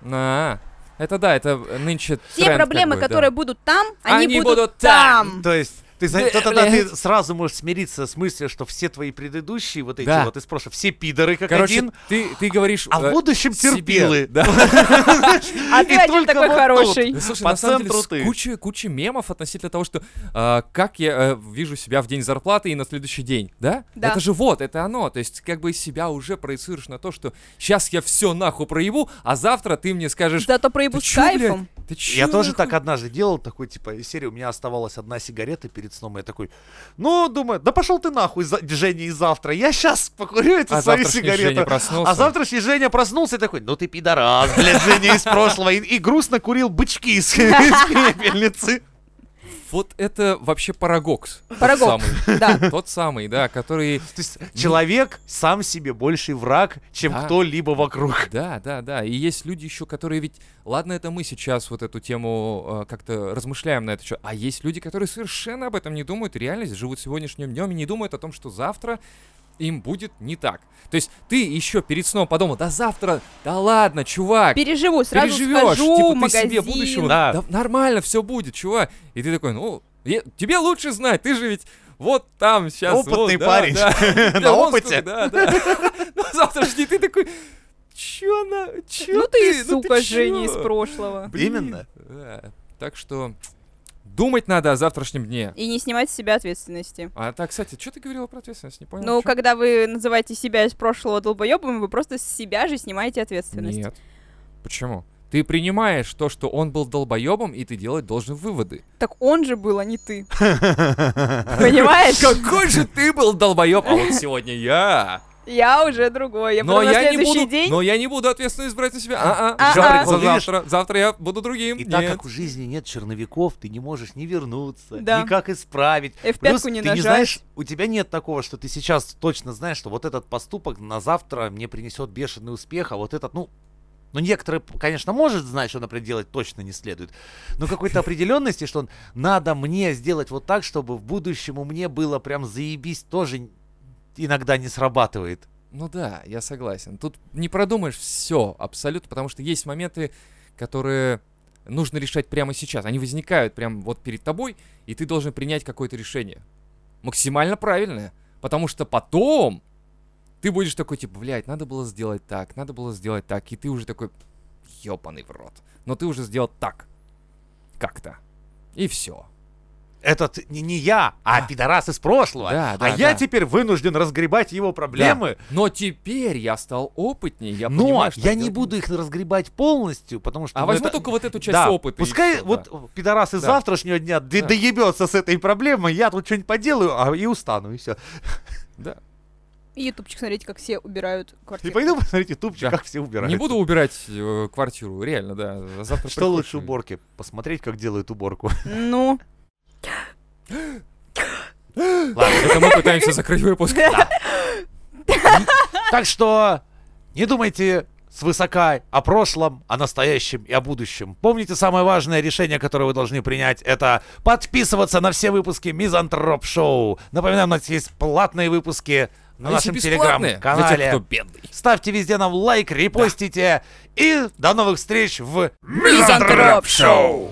A: На. Это да, это э, нынче
C: те
A: тренд,
C: проблемы,
A: как бы, да.
C: которые будут там, они,
A: Они
C: будут,
A: будут там.
C: там.
B: То есть ты, за-
A: Блядь.
B: то тогда ты сразу можешь смириться с мыслью, что все твои предыдущие вот эти
A: Да.
B: вот из прошлого, все пидоры как
A: Короче,
B: один,
A: ты, ты говоришь...
B: а
A: э,
B: в будущем
A: себе.
B: терпилы.
A: Да.
C: А
B: И
C: ты один
B: только
C: такой
B: вот
C: хороший.
A: Да, слушай,
B: По
A: на самом деле,
B: центру
A: с-
B: ты.
A: куча, куча мемов относительно того, что а, как я э, вижу себя в день зарплаты и на следующий день, да?
C: Да.
A: Это же вот, это оно. То есть, как бы себя уже проецируешь на то, что сейчас я все нахуй проебу, а завтра ты мне скажешь...
C: Зато проебу
A: ты
C: с
A: чё,
C: кайфом.
A: блядь? Ты чё
B: Я тоже
A: нахуй?»
B: так однажды делал, такой, типа, из серии, у меня оставалась одна сигарета перед сном, я такой, ну, думаю, да пошел ты нахуй, за- Женя, и завтра, я сейчас покурю эту
A: А
B: свою
A: завтрашний Женя
B: сигарету.
A: проснулся.
B: А завтрашний Женя проснулся и такой, ну ты пидорас, блядь, Женя из прошлого, и, и грустно курил бычки из, из пепельницы.
A: Вот это вообще парагокс. Тот
C: Парагокс.
A: самый.
C: Да.
A: Тот самый, да, который...
B: То есть человек сам себе больший враг, чем
A: Да.
B: кто-либо вокруг.
A: Да, да, да. И есть люди еще, которые ведь... Ладно, это мы сейчас вот эту тему э, как-то размышляем на это. чё- А есть люди, которые совершенно об этом не думают, реально живут сегодняшним днем и не думают о том, что завтра им будет не так. То есть ты еще перед сном подумал, да завтра, да ладно, чувак,
C: Переживу, сразу
A: переживешь,
C: схожу
A: типа
C: в магазин. Ну
A: ты себе будущего,
B: Да.
A: да нормально все будет, чувак. И ты такой, ну, е- тебе лучше знать, ты же ведь вот там сейчас.
B: Опытный парень. На опыте.
A: Да, да. Ну, завтрашний ты такой, чё на, чё
C: Ну ты,
A: ну
C: сука,
A: чё?»
C: Женя из прошлого.
A: Блин.
B: Именно.
A: Да. Так что Думать надо о завтрашнем дне.
C: И не снимать с себя ответственности.
A: А так, кстати, что ты говорила про ответственность? Не понял.
C: Ну,
A: чё?
C: когда вы называете себя из прошлого долбоебом, вы просто с себя же снимаете ответственность.
A: Нет. Почему? Ты принимаешь то, что он был долбоебом, и ты делать должен выводы.
C: Так он же был, а не ты. Понимаешь?
A: Какой же ты был долбоеб? А вот сегодня я.
C: Я уже другой. Я
A: но
C: потом на
A: я не
C: следующий
A: буду,
C: день. А,
A: но я не буду ответственность брать на себя. А-а.
C: А-а.
A: Завтра, за
B: Вот видишь?
A: завтра, завтра я буду другим.
B: И так
A: Нет.
B: как в жизни нет черновиков, ты не можешь ни вернуться,
C: Да.
B: никак исправить.
C: И в
B: Плюс
C: пятку не
B: ты не
C: нажать.
B: знаешь, у тебя нет такого, что ты сейчас точно знаешь, что вот этот поступок на завтра мне принесет бешеный успех, а вот этот, ну, ну, некоторые, конечно, может знать, что, например, делать точно не следует, но какой-то определенности, что он, надо мне сделать вот так, чтобы в будущем у мне было прям заебись, тоже иногда не срабатывает.
A: Ну да, я согласен. Тут не продумаешь все абсолютно, потому что есть моменты, которые нужно решать прямо сейчас. Они возникают прямо вот перед тобой, и ты должен принять какое-то решение. Максимально правильное. Потому что потом ты будешь такой, типа, блядь, надо было сделать так, надо было сделать так. И ты уже такой, ёбаный в рот. Но ты уже сделал так. Как-то. И все.
B: Этот не, не я, а
A: Да.
B: пидорас из прошлого.
A: Да,
B: а
A: да,
B: я
A: да.
B: теперь вынужден разгребать его проблемы.
A: Но теперь я стал опытнее, я
B: Но
A: понимаю, А что
B: Ну, а я не
A: делать
B: буду их разгребать полностью, потому что...
A: А
B: ну,
A: возьму
B: это-
A: только вот эту часть
B: Да,
A: опыта. и
B: Пускай
A: всё, да.
B: вот э, пидорас из
A: Да.
B: завтрашнего дня д-
A: Да.
B: доебется с этой проблемой, я тут что-нибудь поделаю, а и устану, и все.
A: Да.
C: И ютубчик, смотрите, как все убирают
B: И
C: квартиру.
B: пойду посмотрите тупчик,
A: Да.
B: как все убирают.
A: Не буду убирать э, квартиру, реально, да. Завтра
B: Что лучше
A: убор?
B: уборки? Посмотреть, как делают уборку.
C: Ну,
A: Это мы пытаемся закрыть выпуск.
B: Так что не думайте свысока о прошлом, о настоящем и о будущем. Помните, самое важное решение, которое вы должны принять, это подписываться на все выпуски Мизантроп Шоу. Напоминаем, у нас есть платные выпуски на
A: А если
B: нашем
A: бесплатные? Для тех, кто
B: телеграм-канале.
A: бедный.
B: Ставьте везде нам лайк, репостите. И до новых встреч в
C: Мизантроп Шоу!